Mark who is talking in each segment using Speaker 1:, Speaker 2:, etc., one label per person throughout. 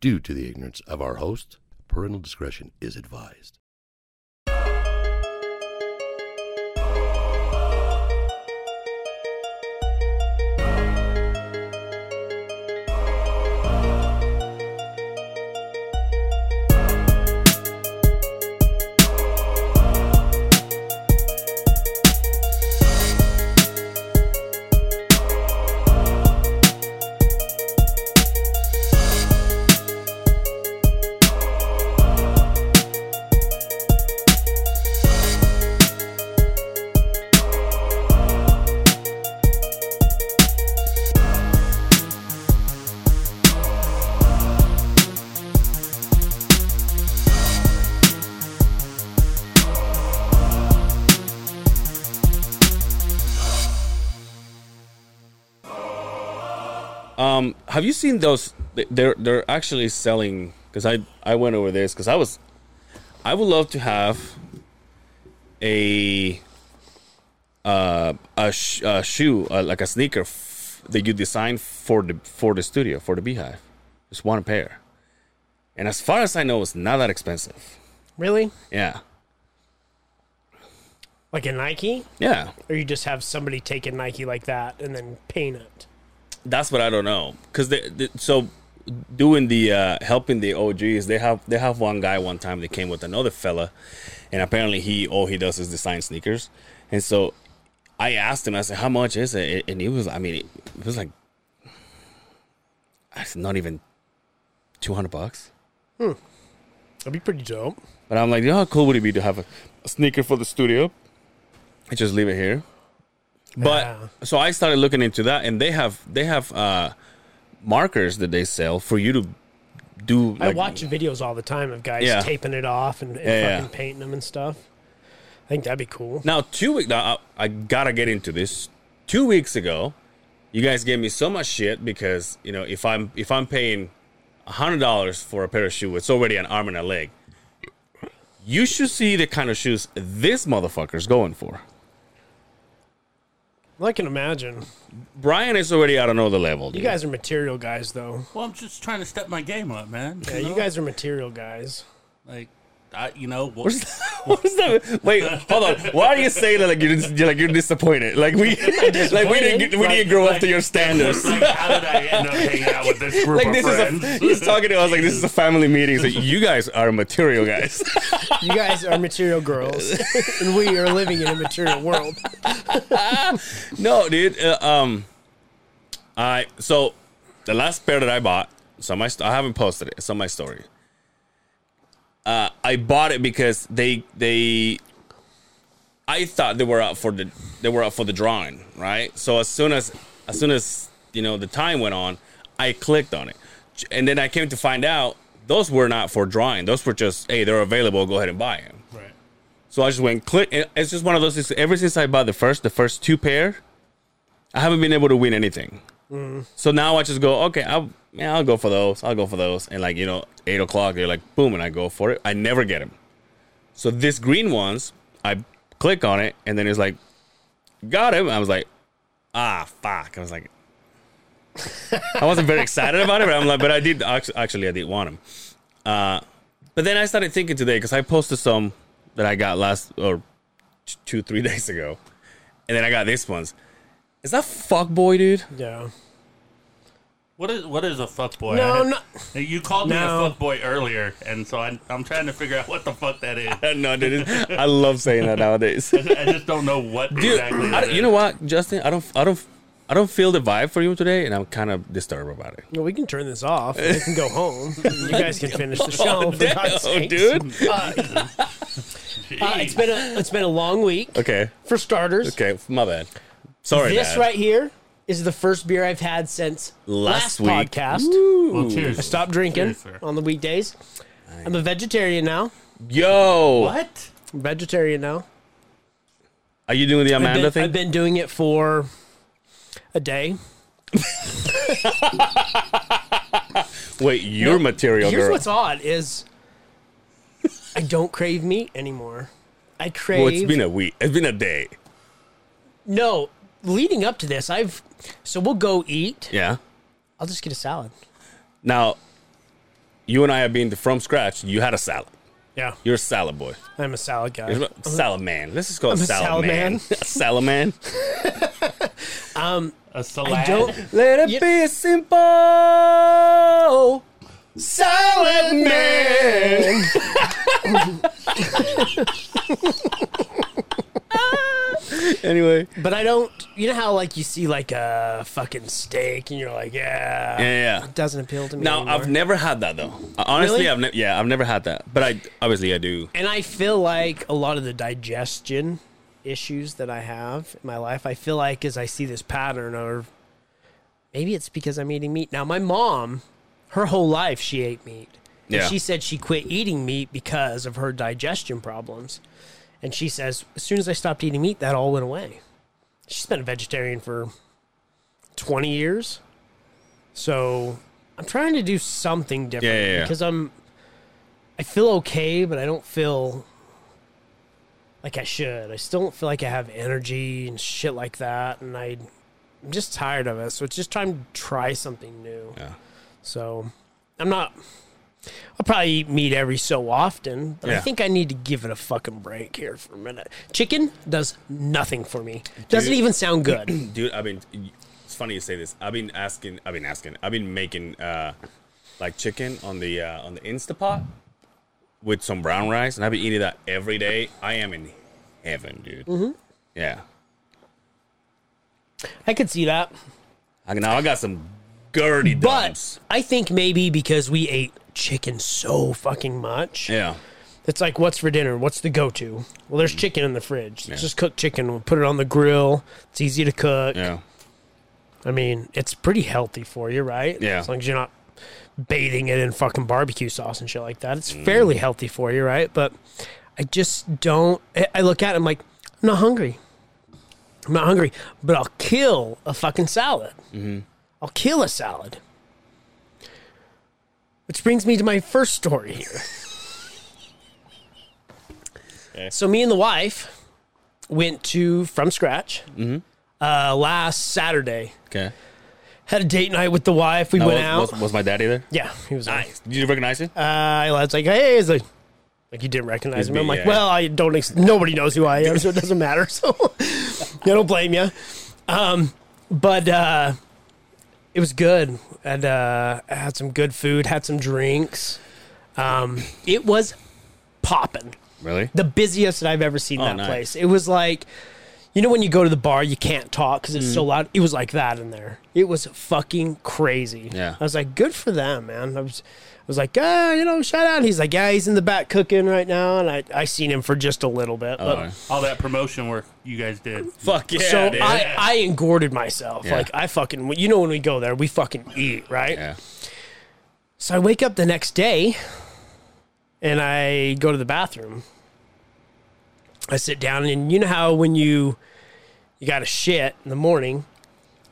Speaker 1: due to the ignorance of our host. Parental discretion is advised.
Speaker 2: Um, have you seen those? they- They're they're actually selling because I I went over this because I was I would love to have a uh a, sh- a shoe uh, like a sneaker f- that you design for the for the studio for the beehive, just one pair. And as far as I know, it's not that expensive.
Speaker 3: Really?
Speaker 2: Yeah,
Speaker 3: Like a Nike?
Speaker 2: yeah.
Speaker 3: Or you just have somebody take a Nike like that and then paint it?
Speaker 2: That's what I don't know. Cause they, they- so doing the uh, helping the OGs, they have they have one guy one time that came with another fella, and apparently he all he does is design sneakers, and so I asked him I said how much is it, and he was I mean it was like it's not even two hundred bucks.
Speaker 3: That'd be pretty dope.
Speaker 2: But I'm like, you know how cool would it be to have a, a sneaker for the studio and just leave it here? But
Speaker 3: Yeah.
Speaker 2: so I started looking into that, and they have they have uh, markers that they sell for you to do.
Speaker 3: I watch videos all the time of guys
Speaker 2: Yeah.
Speaker 3: taping it off and, and
Speaker 2: Yeah, yeah.
Speaker 3: fucking painting them and stuff. I think that'd be cool.
Speaker 2: now two weeks. I, I gotta get into this. Two weeks ago, you guys gave me so much shit because you know if I'm if I'm paying hundred dollars for a pair of shoes, it's already an arm and a leg. You should see the kind of shoes this motherfucker's going for.
Speaker 3: Well, I can imagine.
Speaker 2: Brian is already at another level.
Speaker 3: You
Speaker 2: dude.
Speaker 3: guys are material guys, though.
Speaker 4: Well, I'm just trying to step my game up, man.
Speaker 3: Yeah, you
Speaker 4: know?
Speaker 3: guys are material guys.
Speaker 4: like, I, you know, what,
Speaker 2: What's that? What's that? Wait, hold on. Why are you saying that like you're, dis- you're like you're disappointed? Like we, like we didn't, get- we didn't grow up to your standards.
Speaker 4: like, how did I end up hanging out with this group
Speaker 2: Like
Speaker 4: of
Speaker 2: this is
Speaker 4: friends?
Speaker 2: a, he's talking to us like this is a family meeting. So you guys are material guys.
Speaker 3: You guys are material girls, and we are living in a material world.
Speaker 2: no, dude. Uh, um, I so the last pair that I bought. So my st- I haven't posted it. It's on my story. Uh, I bought it because they they. I thought they were out for the they were out for the drawing, right? So as soon as as soon as you know the time went on, I clicked on it, and then I came to find out those were not for drawing. Those were just hey, they're available. Go ahead and buy them.
Speaker 4: Right.
Speaker 2: So I just went click. and It's just one of those. things. Ever since I bought the first, the first two pair, I haven't been able to win anything. So now I just go, okay, I'll yeah, I'll go for those. I'll go for those. And like you know, eight o'clock, they're like boom, and I go for it. I never get them. So this green ones, I click on it, and then it's like, got him. I was like, ah, fuck. I was like, I wasn't very excited about it, but I'm like, but I did act- actually, I did want them. Uh, but then I started thinking today because I posted some that I got last or t- two, three days ago, and then I got these ones. Is that fuck boy, dude?
Speaker 3: Yeah.
Speaker 4: What is what is a fuckboy?
Speaker 3: No,
Speaker 4: I had-
Speaker 3: no-
Speaker 4: You called me
Speaker 3: No.
Speaker 4: a fuckboy earlier, and so I, I'm trying to figure out what the fuck that is.
Speaker 2: no, dude, it's- I love saying that nowadays.
Speaker 4: I just don't know what
Speaker 2: Dude,
Speaker 4: exactly.
Speaker 2: I-
Speaker 4: that
Speaker 2: you
Speaker 4: is.
Speaker 2: know what, Justin? I don't, I don't, I don't feel the vibe for you today, and I'm kind of disturbed about it.
Speaker 3: Well, we can turn this off. and We can go home. You guys can finish the show. For God's
Speaker 2: Oh,
Speaker 3: sakes.
Speaker 2: dude.
Speaker 3: Uh, it's been a it's been a long week.
Speaker 2: Okay,
Speaker 3: For starters,
Speaker 2: okay, my bad. Sorry.
Speaker 3: this
Speaker 2: Dad.
Speaker 3: right here is the first beer I've had since
Speaker 2: Last
Speaker 3: last,
Speaker 2: week.
Speaker 3: podcast.
Speaker 4: Well, cheers.
Speaker 3: I stopped drinking
Speaker 4: Cheers, sir.
Speaker 3: on the weekdays. I'm a vegetarian now.
Speaker 2: Yo,
Speaker 4: What?
Speaker 3: I'm vegetarian now.
Speaker 2: are you doing the
Speaker 3: I've
Speaker 2: Amanda
Speaker 3: been,
Speaker 2: thing?
Speaker 3: I've been doing it for a day.
Speaker 2: Wait, you're material
Speaker 3: Here's
Speaker 2: girl.
Speaker 3: what's odd is I don't crave meat anymore. I crave
Speaker 2: well, it's been a week. It's been a day.
Speaker 3: no. Leading up to this, I've so we'll go eat.
Speaker 2: Yeah.
Speaker 3: I'll just get a salad.
Speaker 2: Now, you and I are being from scratch. You had a salad.
Speaker 3: Yeah,
Speaker 2: You're a salad boy.
Speaker 3: I'm a salad guy.
Speaker 2: You're a salad man. Let's just call it
Speaker 3: I'm a
Speaker 2: salad,
Speaker 3: salad
Speaker 2: man.
Speaker 3: man.
Speaker 2: A salad man.
Speaker 4: A salad.
Speaker 3: I don't
Speaker 2: Let it
Speaker 3: You-
Speaker 2: be simple.
Speaker 3: salad man.
Speaker 2: Anyway.
Speaker 3: but I don't. You know how like you see like a fucking steak and you're like, yeah,
Speaker 2: Yeah, yeah.
Speaker 3: it doesn't appeal to me.
Speaker 2: Now
Speaker 3: anymore.
Speaker 2: I've never had that though. Uh, Honestly,
Speaker 3: Really?
Speaker 2: I've ne- yeah, I've never had that. But I obviously I do.
Speaker 3: and I feel like a lot of the digestion issues that I have in my life, I feel like as I see this pattern, or maybe it's because I'm eating meat. Now, my mom, her whole life, she ate meat. And
Speaker 2: Yeah.
Speaker 3: She said she quit eating meat because of her digestion problems. And she says, as soon as I stopped eating meat, that all went away. She's been a vegetarian for 20 years. So I'm trying to do something different
Speaker 2: Yeah, yeah, yeah.
Speaker 3: because I'm I feel okay, but I don't feel like I should. I still don't feel like I have energy and shit like that, and I, I'm just tired of it. So it's just time to try something new.
Speaker 2: Yeah.
Speaker 3: So I'm not. I'll probably eat meat every so often, but I
Speaker 2: Yeah.
Speaker 3: think I need to give it a fucking break here for a minute. Chicken does nothing for me. Doesn't
Speaker 2: Dude.
Speaker 3: even sound good.
Speaker 2: dude i've been it's funny you say this i've been asking i've been asking i've been making uh like chicken on the uh on the instapot with some brown rice and i've been eating that every day i am in heaven dude
Speaker 3: Mm-hmm.
Speaker 2: yeah
Speaker 3: I could see that,
Speaker 2: I, now i got some girty
Speaker 3: but
Speaker 2: dumps
Speaker 3: I think maybe because we ate chicken so fucking much.
Speaker 2: yeah
Speaker 3: It's like, what's for dinner? What's the go to? Well,
Speaker 2: Mm.
Speaker 3: there's chicken in the fridge. Let's Just cook chicken. We'll put it on the grill. It's easy to cook.
Speaker 2: yeah
Speaker 3: I mean, it's pretty healthy for you, right?
Speaker 2: Yeah.
Speaker 3: As long as you're not bathing it in fucking barbecue sauce and shit like that. It's fairly healthy for you, right? But I just don't. I- I look at it, I'm like, I'm not hungry. I'm not hungry, but I'll kill a fucking salad. I'll kill a salad. Which brings me to my first story here. So, me and the wife went to From Scratch uh, last Saturday.
Speaker 2: okay
Speaker 3: Had a date night with the wife. We
Speaker 2: Now,
Speaker 3: went
Speaker 2: was,
Speaker 3: out.
Speaker 2: was, was my daddy there
Speaker 3: yeah, he was nice.
Speaker 2: did you recognize it
Speaker 3: Uh, I was like, hey, he's like, like you didn't recognize him.
Speaker 2: be-
Speaker 3: I'm like,
Speaker 2: yeah.
Speaker 3: well, I don't. Ex- nobody knows who I am, so it doesn't matter. So I don't blame you. Um, but uh, it was good, and uh, I had some good food, had some drinks. Um, it was popping
Speaker 2: really
Speaker 3: the busiest that I've ever seen that
Speaker 2: Oh, nice.
Speaker 3: place. It was like, you know, when you go to the bar, you can't talk because it's so
Speaker 2: Mm.
Speaker 3: loud. It was like that in there. It was fucking crazy.
Speaker 2: Yeah.
Speaker 3: I was like, good for them, man. I was, I was like, ah, you know, shout out. He's like, yeah, he's in the back cooking right now, and I, I seen him for just a little bit.
Speaker 2: All
Speaker 3: But,
Speaker 2: right.
Speaker 4: All that promotion work you guys did.
Speaker 2: fuck yeah
Speaker 3: uh, so
Speaker 2: dude.
Speaker 3: I, I engorged myself.
Speaker 2: Yeah.
Speaker 3: Like I fucking, you know, when we go there, we fucking eat, right?
Speaker 2: yeah
Speaker 3: So I wake up the next day and I go to the bathroom. I sit down and you know how when you you got to shit in the morning,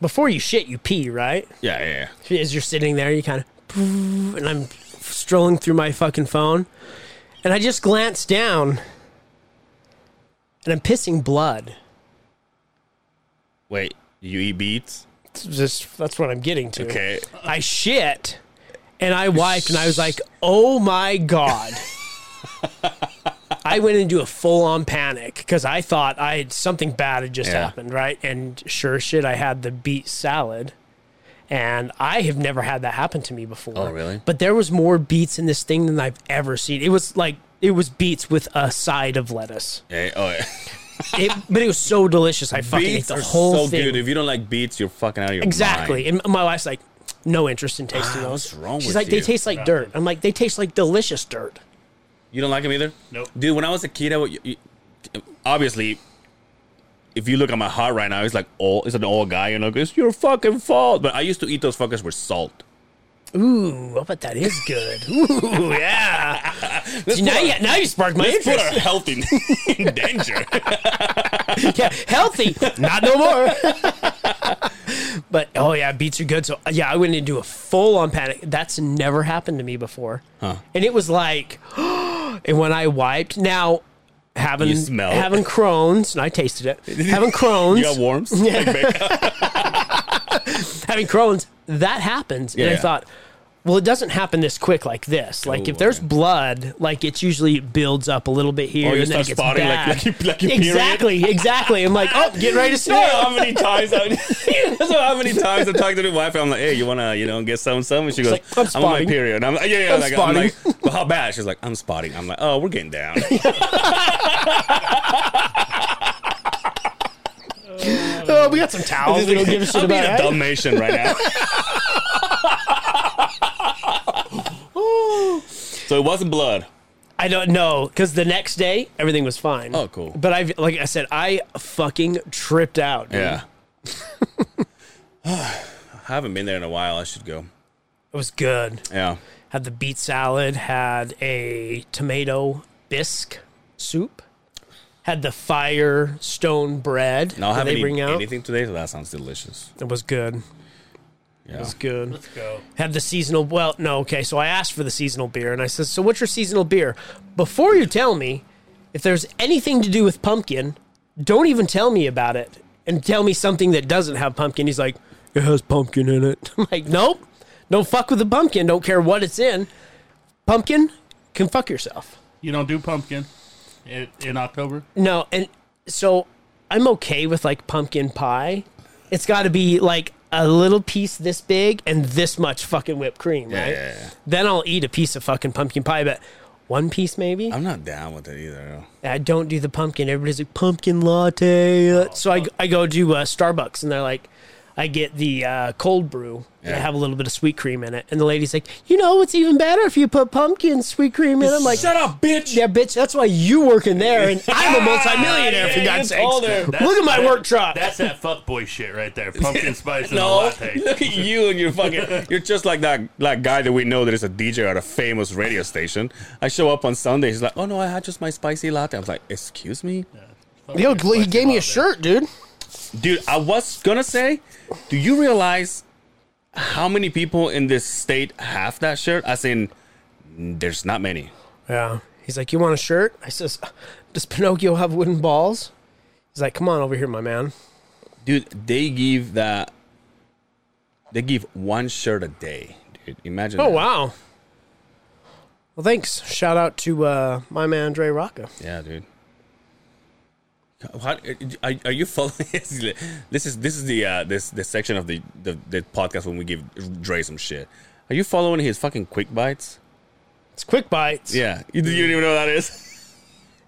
Speaker 3: before you shit you pee, right?
Speaker 2: yeah yeah, yeah.
Speaker 3: As you're sitting there, you kind of and I'm strolling through my fucking phone and I just glance down and I'm pissing blood.
Speaker 2: wait you eat beets
Speaker 3: It's just that's what I'm getting to.
Speaker 2: okay
Speaker 3: I shit and I wiped and I was like, oh my God. I went into a full on panic because I thought I had something bad had just
Speaker 2: Yeah.
Speaker 3: happened, right? And sure shit, I had the beet salad. And I have never had that happen to me before.
Speaker 2: Oh, really?
Speaker 3: But there was more beets in this thing than I've ever seen. It was like it was beets with a side of lettuce.
Speaker 2: yeah oh yeah.
Speaker 3: It, but it was so delicious. I fucking
Speaker 2: beets
Speaker 3: ate
Speaker 2: are
Speaker 3: the whole
Speaker 2: so
Speaker 3: thing.
Speaker 2: good if you don't like beets you're fucking out of your mind.
Speaker 3: Exactly. And my wife's like, no interest in tasting
Speaker 2: Wow,
Speaker 3: those.
Speaker 2: Ah, what's wrong
Speaker 3: She's
Speaker 2: with
Speaker 3: like,
Speaker 2: you?
Speaker 3: they taste like dirt. I'm like, they taste like delicious dirt.
Speaker 2: You don't like him either?
Speaker 4: Nope.
Speaker 2: Dude, when I was a kid, I would, you- you- obviously, if you look at my heart right now, it's like all it's an old guy, you know, it's your fucking fault. But I used to eat those fuckers with salt.
Speaker 3: Ooh, I bet that is good. Ooh, yeah. See, now, you, now you sparked my
Speaker 2: Let's put our
Speaker 3: interest.
Speaker 2: health in, in danger.
Speaker 3: yeah, healthy, not no more. but oh yeah, beets are good. So yeah, I went into a full on panic. That's never happened to me before. And it was like, and when I wiped, now having
Speaker 2: You smell it.
Speaker 3: having Crohn's, and I tasted it. having Crohn's,
Speaker 2: You got worms? Yeah.
Speaker 3: having Crohn's, that happens. and I
Speaker 2: Yeah.
Speaker 3: thought, Well, it doesn't happen this quick like this. Like if there's blood, like it's usually builds up a little bit here.
Speaker 2: Oh, you
Speaker 3: and then
Speaker 2: start
Speaker 3: it gets
Speaker 2: spotting like-
Speaker 3: bad.
Speaker 2: like you- like you period.
Speaker 3: exactly, exactly. I'm like, oh, get ready to
Speaker 2: You know
Speaker 3: snap.
Speaker 2: how many times I, you know how many times I talk to the wife? I'm like, hey, you wanna you know get some some? And she goes,
Speaker 3: like, "I'm
Speaker 2: I'm, on my
Speaker 3: spotting."
Speaker 2: period. And I'm like, yeah, yeah.
Speaker 3: I'm
Speaker 2: like, I'm
Speaker 3: spotting.
Speaker 2: like, well, how bad? She's like, I'm spotting. I'm like, oh, we're getting down.
Speaker 3: Oh, we got some towels. We don't give a shit
Speaker 2: I'm being
Speaker 3: about
Speaker 2: a
Speaker 3: it.
Speaker 2: Dalmatian right now. so it wasn't blood.
Speaker 3: I don't know because the next day everything was fine.
Speaker 2: Oh, cool.
Speaker 3: But I've like I said, I fucking tripped out. dude.
Speaker 2: Yeah. I haven't been there in a while. I should go.
Speaker 3: it was good.
Speaker 2: Yeah.
Speaker 3: Had the beet salad. Had a tomato bisque soup. Had the Firestone bread
Speaker 2: No, I
Speaker 3: that
Speaker 2: haven't
Speaker 3: they bring
Speaker 2: eaten
Speaker 3: out.
Speaker 2: anything today, so that sounds delicious.
Speaker 3: It was good.
Speaker 2: Yeah.
Speaker 3: It was good.
Speaker 4: Let's go.
Speaker 3: Had the seasonal. Well, no, okay. So I asked for the seasonal beer, and I said, "So what's your seasonal beer?" Before you tell me if there's anything to do with pumpkin, don't even tell me about it, and tell me something that doesn't have pumpkin. He's like, "It has pumpkin in it." I'm like, "Nope, don't fuck with the pumpkin. Don't care what it's in. Pumpkin can fuck yourself."
Speaker 4: You don't do pumpkin in, in October.
Speaker 3: No, and so I'm okay with like pumpkin pie. It's got to be like a little piece this big and this much fucking whipped cream,
Speaker 2: Yeah,
Speaker 3: right?
Speaker 2: yeah, yeah.
Speaker 3: Then I'll eat a piece of fucking pumpkin pie, but one piece maybe.
Speaker 2: I'm not down with it either.
Speaker 3: I don't do the pumpkin. Everybody's like pumpkin latte.
Speaker 2: Oh,
Speaker 3: Uh, so I, I go to uh, Starbucks and they're like, I get the uh, cold brew. And I
Speaker 2: Yeah.
Speaker 3: have a little bit of sweet cream in it, and the lady's like, you know, it's even better if you put pumpkin sweet cream in. I'm like,
Speaker 2: Shut up, bitch.
Speaker 3: yeah, bitch, that's why you work in there, and I'm a multimillionaire, for
Speaker 2: Yeah,
Speaker 3: God's
Speaker 2: it's all there.
Speaker 3: sake. Look at my
Speaker 4: that-
Speaker 3: work truck.
Speaker 4: That's that fuckboy shit right there. Pumpkin spice and a
Speaker 2: No,
Speaker 4: latte.
Speaker 2: look at you and your fucking. You're just like that like guy that we know that is a DJ at a famous radio station. I show up on Sunday. He's like, "Oh no, I had just my spicy latte." I was like, "Excuse me,
Speaker 3: Yo,
Speaker 4: Fucking
Speaker 3: he gave me a
Speaker 4: spice
Speaker 3: shirt, dude.
Speaker 2: dude." I was gonna say, do you realize how many people in this state have that shirt? As in, there's not many.
Speaker 3: Yeah. He's like, you want a shirt? I says, does Pinocchio have wooden balls? He's like, come on over here, my man.
Speaker 2: dude they give that they give one shirt a day dude imagine
Speaker 3: Oh
Speaker 2: that.
Speaker 3: wow. Well, thanks. Shout out to uh, my man Dre Rocca.
Speaker 2: yeah dude How- are, are you following this is this is the uh this this section of the, the the podcast when we give Dre some shit are you following his fucking quick bites
Speaker 3: It's quick bites.
Speaker 2: yeah you, you don't even know what that is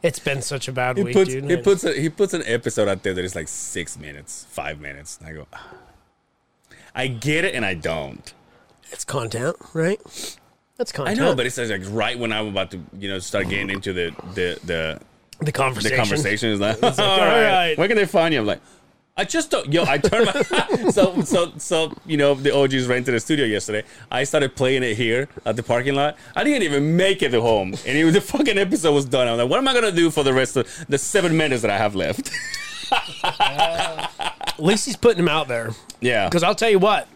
Speaker 3: It's been such a bad
Speaker 2: he
Speaker 3: week,
Speaker 2: puts
Speaker 3: dude.
Speaker 2: he puts a, he puts an episode out there that is like six minutes five minutes and I go "Ah." I get it and I don't
Speaker 3: it's content, right? That's
Speaker 2: I
Speaker 3: content.
Speaker 2: know, but it's like right when I'm about to, you know, start getting into the the the,
Speaker 3: the
Speaker 2: the
Speaker 3: conversation.
Speaker 2: conversation is like, all
Speaker 3: all
Speaker 2: right.
Speaker 3: right."
Speaker 2: where can they find you? I'm like, I just don't, yo, I turned my so so so you know the OGs rented a studio yesterday. I started playing it here at the parking lot. I didn't even make it to home, and it was, the fucking episode was done. I'm like, what am I gonna do for the rest of the seven minutes that I have left?
Speaker 3: At least he's putting him out there.
Speaker 2: yeah,
Speaker 3: Because I'll tell you what,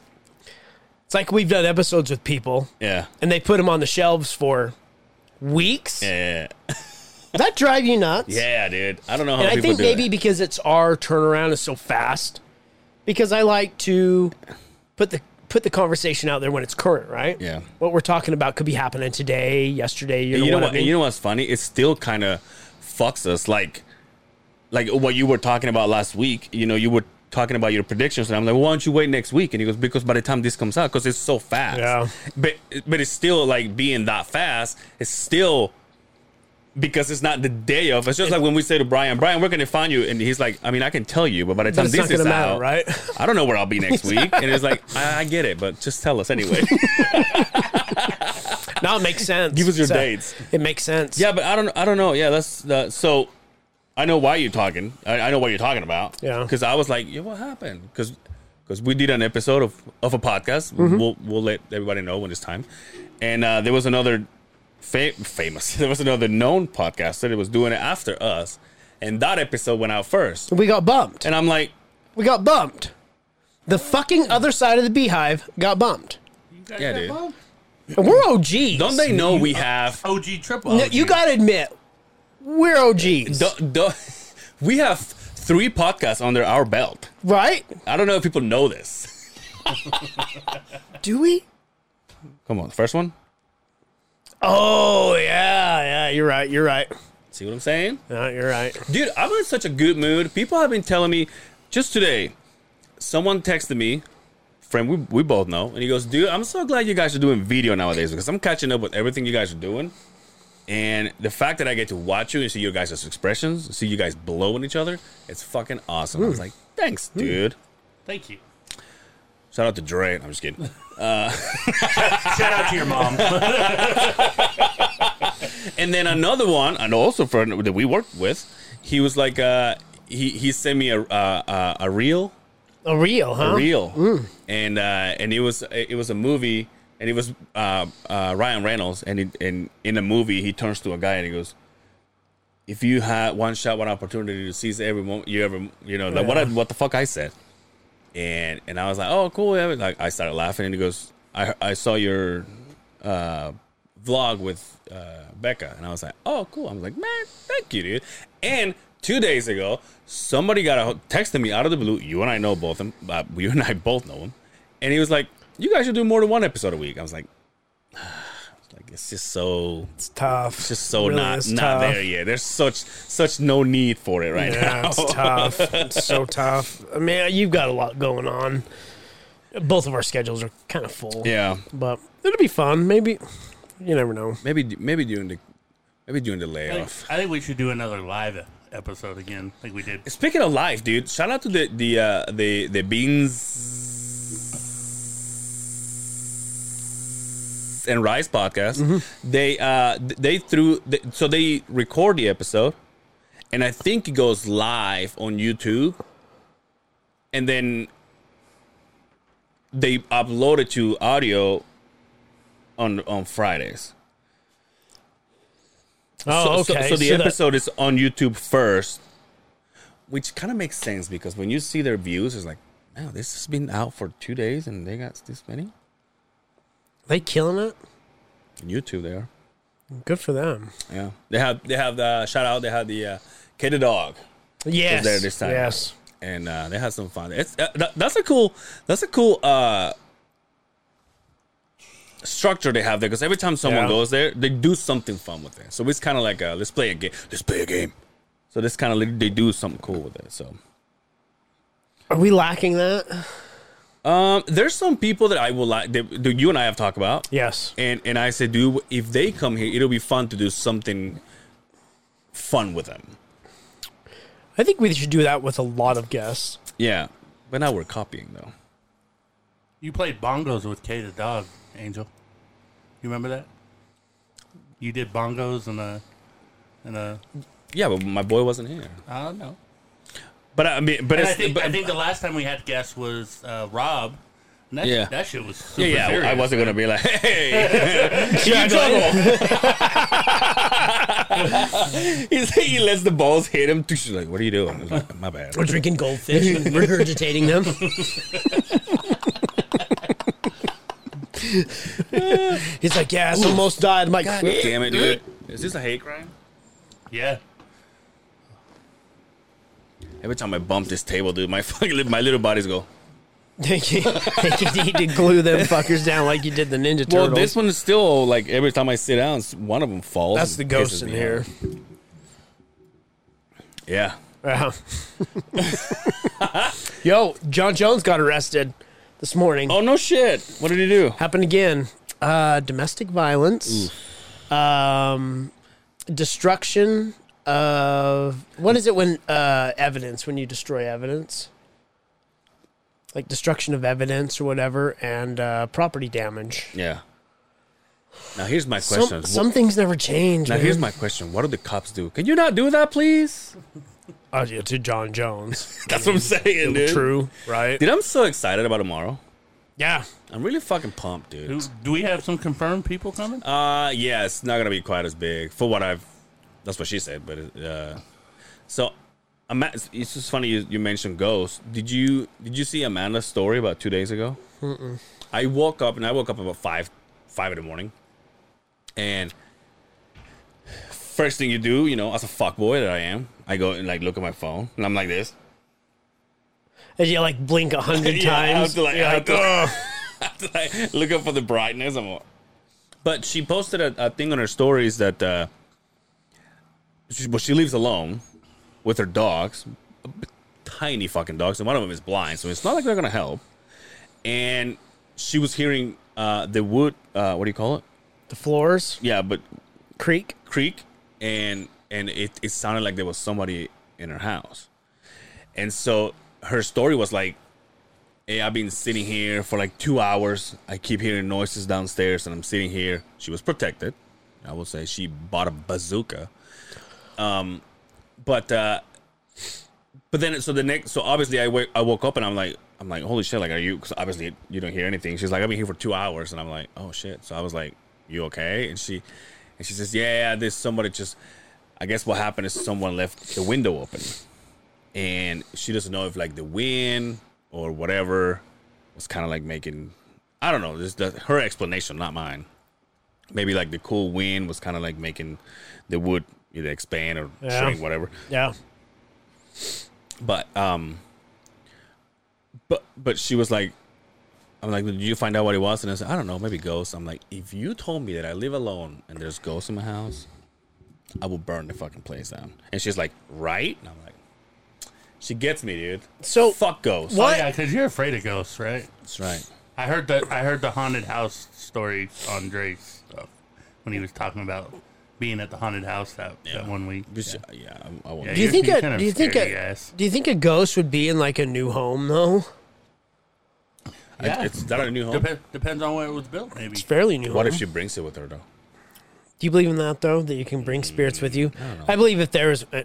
Speaker 3: it's like we've done episodes with people,
Speaker 2: yeah,
Speaker 3: and they put them on the shelves for weeks.
Speaker 2: yeah,
Speaker 3: Does that drive you nuts?
Speaker 2: yeah, dude. I don't know how
Speaker 3: And I
Speaker 2: people
Speaker 3: think
Speaker 2: do
Speaker 3: maybe
Speaker 2: that.
Speaker 3: because it's our turnaround is so fast, because I like to put the put the conversation out there when it's current, right?
Speaker 2: Yeah.
Speaker 3: What we're talking about could be happening today, yesterday. You know,
Speaker 2: you know
Speaker 3: what,
Speaker 2: what?
Speaker 3: I mean?
Speaker 2: And you know what's funny? It still kind of fucks us. Like, like what you were talking about last week. You know, you were talking about your predictions, and I'm like, well, why don't you wait next week? And he goes, because by the time this comes out, because it's so fast.
Speaker 3: Yeah.
Speaker 2: But but it's still like being that fast. It's still. Because it's not the day of. It's just like when we say to Brian, Brian, where can they find you? And he's like, I mean, I can tell you, but by the
Speaker 3: But
Speaker 2: time
Speaker 3: it's
Speaker 2: this
Speaker 3: not going
Speaker 2: is
Speaker 3: to matter,
Speaker 2: out,
Speaker 3: right?
Speaker 2: I don't know where I'll be next week. And it's like, I, I get it, but just tell us anyway.
Speaker 3: now it makes sense.
Speaker 2: Give us your
Speaker 3: So,
Speaker 2: dates.
Speaker 3: It makes sense.
Speaker 2: Yeah, but I don't. I don't know. Yeah, that's the, so. I know why you're talking. I, I know what you're talking about.
Speaker 3: Yeah.
Speaker 2: Because I was like, yeah, what happened? Because we did an episode of, of a podcast. We'll we'll let everybody know when it's time. And uh, there was another fa- famous. There was another known podcaster that was doing it after us, and that episode went out first.
Speaker 3: We got bumped.
Speaker 2: And I'm like,
Speaker 3: We got bumped. The fucking other side of the beehive got bumped.
Speaker 4: You guys
Speaker 2: Yeah,
Speaker 4: got
Speaker 2: dude.
Speaker 4: both?
Speaker 3: And we're OGs.
Speaker 2: don't they know we have?
Speaker 4: OG triple.
Speaker 3: No,
Speaker 4: OG.
Speaker 3: you got to admit, we're OGs,
Speaker 2: Don't, don't, we have three podcasts under our belt.
Speaker 3: right?
Speaker 2: I don't know if people know this.
Speaker 3: Do we?
Speaker 2: Come on, the first one.
Speaker 3: Oh yeah, yeah. You're right. You're right.
Speaker 2: See what I'm saying?
Speaker 3: No, you're right.
Speaker 2: Dude, I'm in such a good mood. People have been telling me just today. Someone texted me, friend. We, we both know, and he goes, "Dude, I'm so glad you guys are doing video nowadays because I'm catching up with everything you guys are doing, and the fact that I get to watch you and see you guys' expressions, see you guys blowing each other, it's fucking awesome." I was like, "Thanks, dude."
Speaker 4: Thank you.
Speaker 2: Shout out to Dre. I'm just kidding.
Speaker 4: Shout out to your mom.
Speaker 2: And then another one, and also friend that we worked with, he was like, uh, he he sent me a uh, uh, a reel
Speaker 3: A real, huh?
Speaker 2: real, and uh, and it was it was a movie, and it was uh, uh, Ryan Reynolds, and it, and in the movie he turns to a guy and he goes, "If you had one shot, one opportunity to seize every moment you ever, you know, like what I, what the fuck I said," and and I was like, "Oh, cool." Yeah. Like I started laughing, and he goes, "I I saw your uh, vlog with uh, Becca," and I was like, "Oh, cool." I was like, "Man, thank you, dude." And two days ago, somebody got a texted me out of the blue. You and I know both of them. Uh, you and I both know him, and he was like, "You guys should do more than one episode a week." I was like, "Like it's just so."
Speaker 3: It's tough.
Speaker 2: It's just so
Speaker 3: Really
Speaker 2: not
Speaker 3: is
Speaker 2: not
Speaker 3: tough.
Speaker 2: there yet. There's such such no need for it right
Speaker 3: Yeah,
Speaker 2: now.
Speaker 3: it's tough. It's so tough. I mean, you've got a lot going on. Both of our schedules are kind of full.
Speaker 2: yeah,
Speaker 3: But it'll be fun. Maybe you never know.
Speaker 2: maybe maybe during the maybe during the layoff.
Speaker 4: I think we should do another live episode again. I think we did.
Speaker 2: Speaking of life, dude, shout out to the the uh, the the beans and rice podcast. They uh th- they threw th so they record the episode, and I think it goes live on YouTube, and then they upload it to audio on on Fridays.
Speaker 3: Oh,
Speaker 2: So- so-
Speaker 3: okay.
Speaker 2: So, the
Speaker 3: that-
Speaker 2: episode is on YouTube first, which kind of makes sense because when you see their views, it's like, wow, this has been out for two days and they got this many.
Speaker 3: they killing it.
Speaker 2: On YouTube, they are.
Speaker 3: Good for them.
Speaker 2: Yeah, they have they have the shout out. They have the uh, K the dog,
Speaker 3: Yes.
Speaker 2: there this time.
Speaker 3: Yes.
Speaker 2: and uh, they had some fun. It's uh, that, that's a cool that's a cool uh, structure they have there because every time someone
Speaker 3: Yeah.
Speaker 2: goes there, they do something fun with it. So it's kind of like a, let's play a game. Let's play a game. So this kind of they do something cool with it. So.
Speaker 3: Are we lacking that?
Speaker 2: Um, there's some people that I will like. That, that you and I have talked about,
Speaker 3: Yes.
Speaker 2: and and I said, dude, if they come here, it'll be fun to do something fun with them.
Speaker 3: I think we should do that with a lot of guests.
Speaker 2: Yeah, but now we're copying though.
Speaker 4: You played bongos with Kay the dog, Angel. You remember that? You did bongos and a and a.
Speaker 2: Yeah, but my boy wasn't here.
Speaker 4: I don't know.
Speaker 2: But I mean, but
Speaker 4: And
Speaker 2: it's
Speaker 4: I think
Speaker 2: but,
Speaker 4: I think the last time we had guests was uh, Rob. And that,
Speaker 2: Yeah.
Speaker 4: that shit was super
Speaker 2: yeah, yeah. I
Speaker 4: serious.
Speaker 2: wasn't gonna be like, hey,
Speaker 3: Yeah,
Speaker 2: you trouble. He's, he lets the balls hit him. She's like, what are you doing? I was like, my bad.
Speaker 3: We're drinking goldfish and regurgitating them. He's like, yeah, it's almost died. I'm like,
Speaker 2: Damn it, dude. Is this a hate crime?
Speaker 4: Yeah.
Speaker 2: Every time I bump this table, dude, my fucking li- my little bodies go.
Speaker 3: Thank you. Thank you. You did glue them fuckers down like you did the Ninja Turtles.
Speaker 2: Well, this one is still like every time I sit down, s- one of them falls.
Speaker 3: That's the
Speaker 2: and pisses
Speaker 3: ghost in
Speaker 2: me
Speaker 3: here.
Speaker 2: off. Yeah.
Speaker 3: Wow. Yo, John Jones got arrested this morning.
Speaker 2: Oh no shit! What did he do?
Speaker 3: Happened again. Uh, domestic violence, um, destruction of what is it when uh, evidence when you destroy evidence, like destruction of evidence or whatever, and uh, property damage.
Speaker 2: Yeah. Now here's my question.
Speaker 3: Some, some things never change.
Speaker 2: now
Speaker 3: man.
Speaker 2: here's my question. What do the cops do? Can you not do that, please?
Speaker 3: Oh, yeah, to John Jones.
Speaker 2: That's what I'm saying, dude.
Speaker 3: True, right?
Speaker 2: Dude, I'm so excited about tomorrow.
Speaker 3: Yeah.
Speaker 2: I'm really fucking pumped,
Speaker 4: Do,
Speaker 2: dude.
Speaker 4: do we have some confirmed people coming?
Speaker 2: Uh, yeah, it's not gonna be quite as big for what I've. That's what she said, but uh, so. Ama- It's it's just funny you, you mentioned ghosts. Did you did you see Amanda's story about two days ago? I woke up and I woke up about five five in the morning, and first thing you do, you know, as a fuckboy that I am, I go and like look at my phone and I'm like this.
Speaker 3: As you like blink a hundred
Speaker 2: Yeah, I have
Speaker 3: times.
Speaker 2: to, like,
Speaker 3: you're
Speaker 2: I have to-
Speaker 3: "Ugh."
Speaker 2: like, look up for the brightness. I'm all- But she posted a, a thing on her stories that uh, she, well, she lives alone with her dogs, tiny fucking dogs, and one of them is blind, so it's not like they're gonna help. And she was hearing uh, the wood. Uh, what do you call it?
Speaker 3: The floors
Speaker 2: Yeah, but
Speaker 3: creak.
Speaker 2: creak and and it, it sounded like there was somebody in her house and so her story was like hey i've been sitting here for like two hours i keep hearing noises downstairs and i'm sitting here she was protected i will say she bought a bazooka um but uh but then so the next so obviously i wake i woke up and i'm like i'm like holy shit like are you because obviously you don't hear anything she's like i've been here for two hours and i'm like oh shit so i was like you okay and she and she says yeah there's somebody just i guess what happened is someone left the window open and she doesn't know if like the wind or whatever was kind of like making i don't know this the, her explanation not mine maybe like the cool wind was kind of like making the wood either expand or
Speaker 3: Yeah.
Speaker 2: shrink whatever
Speaker 3: Yeah.
Speaker 2: but um but but she was like I'm like, did you find out what it was? And I said, I don't know, maybe ghosts. I'm like, if you told me that I live alone and there's ghosts in my house, I will burn the fucking place down. And she's like, right? And I'm like, she gets me, dude.
Speaker 3: So-
Speaker 2: fuck ghosts.
Speaker 4: Oh,
Speaker 3: What?
Speaker 4: yeah, because you're afraid of ghosts, right?
Speaker 2: That's right.
Speaker 4: I heard the I heard the haunted house story on Dre's stuff when he was talking about being at the haunted house that, that one week.
Speaker 2: Just- yeah, I, I won't.
Speaker 4: Yeah,
Speaker 3: Do you
Speaker 4: You're-
Speaker 3: think
Speaker 4: you're
Speaker 3: a
Speaker 4: kind of
Speaker 3: do you think
Speaker 4: scary,
Speaker 3: a
Speaker 4: yes.
Speaker 3: do you think a ghost would be in like a new home though?
Speaker 2: I- It's not a new home.
Speaker 4: Dep- depends on where it was built, maybe.
Speaker 3: It's fairly new.
Speaker 2: What
Speaker 3: home.
Speaker 2: if she brings it with her though?
Speaker 3: do you believe in that though? That you can bring spirits with you? I, believe if there is, uh,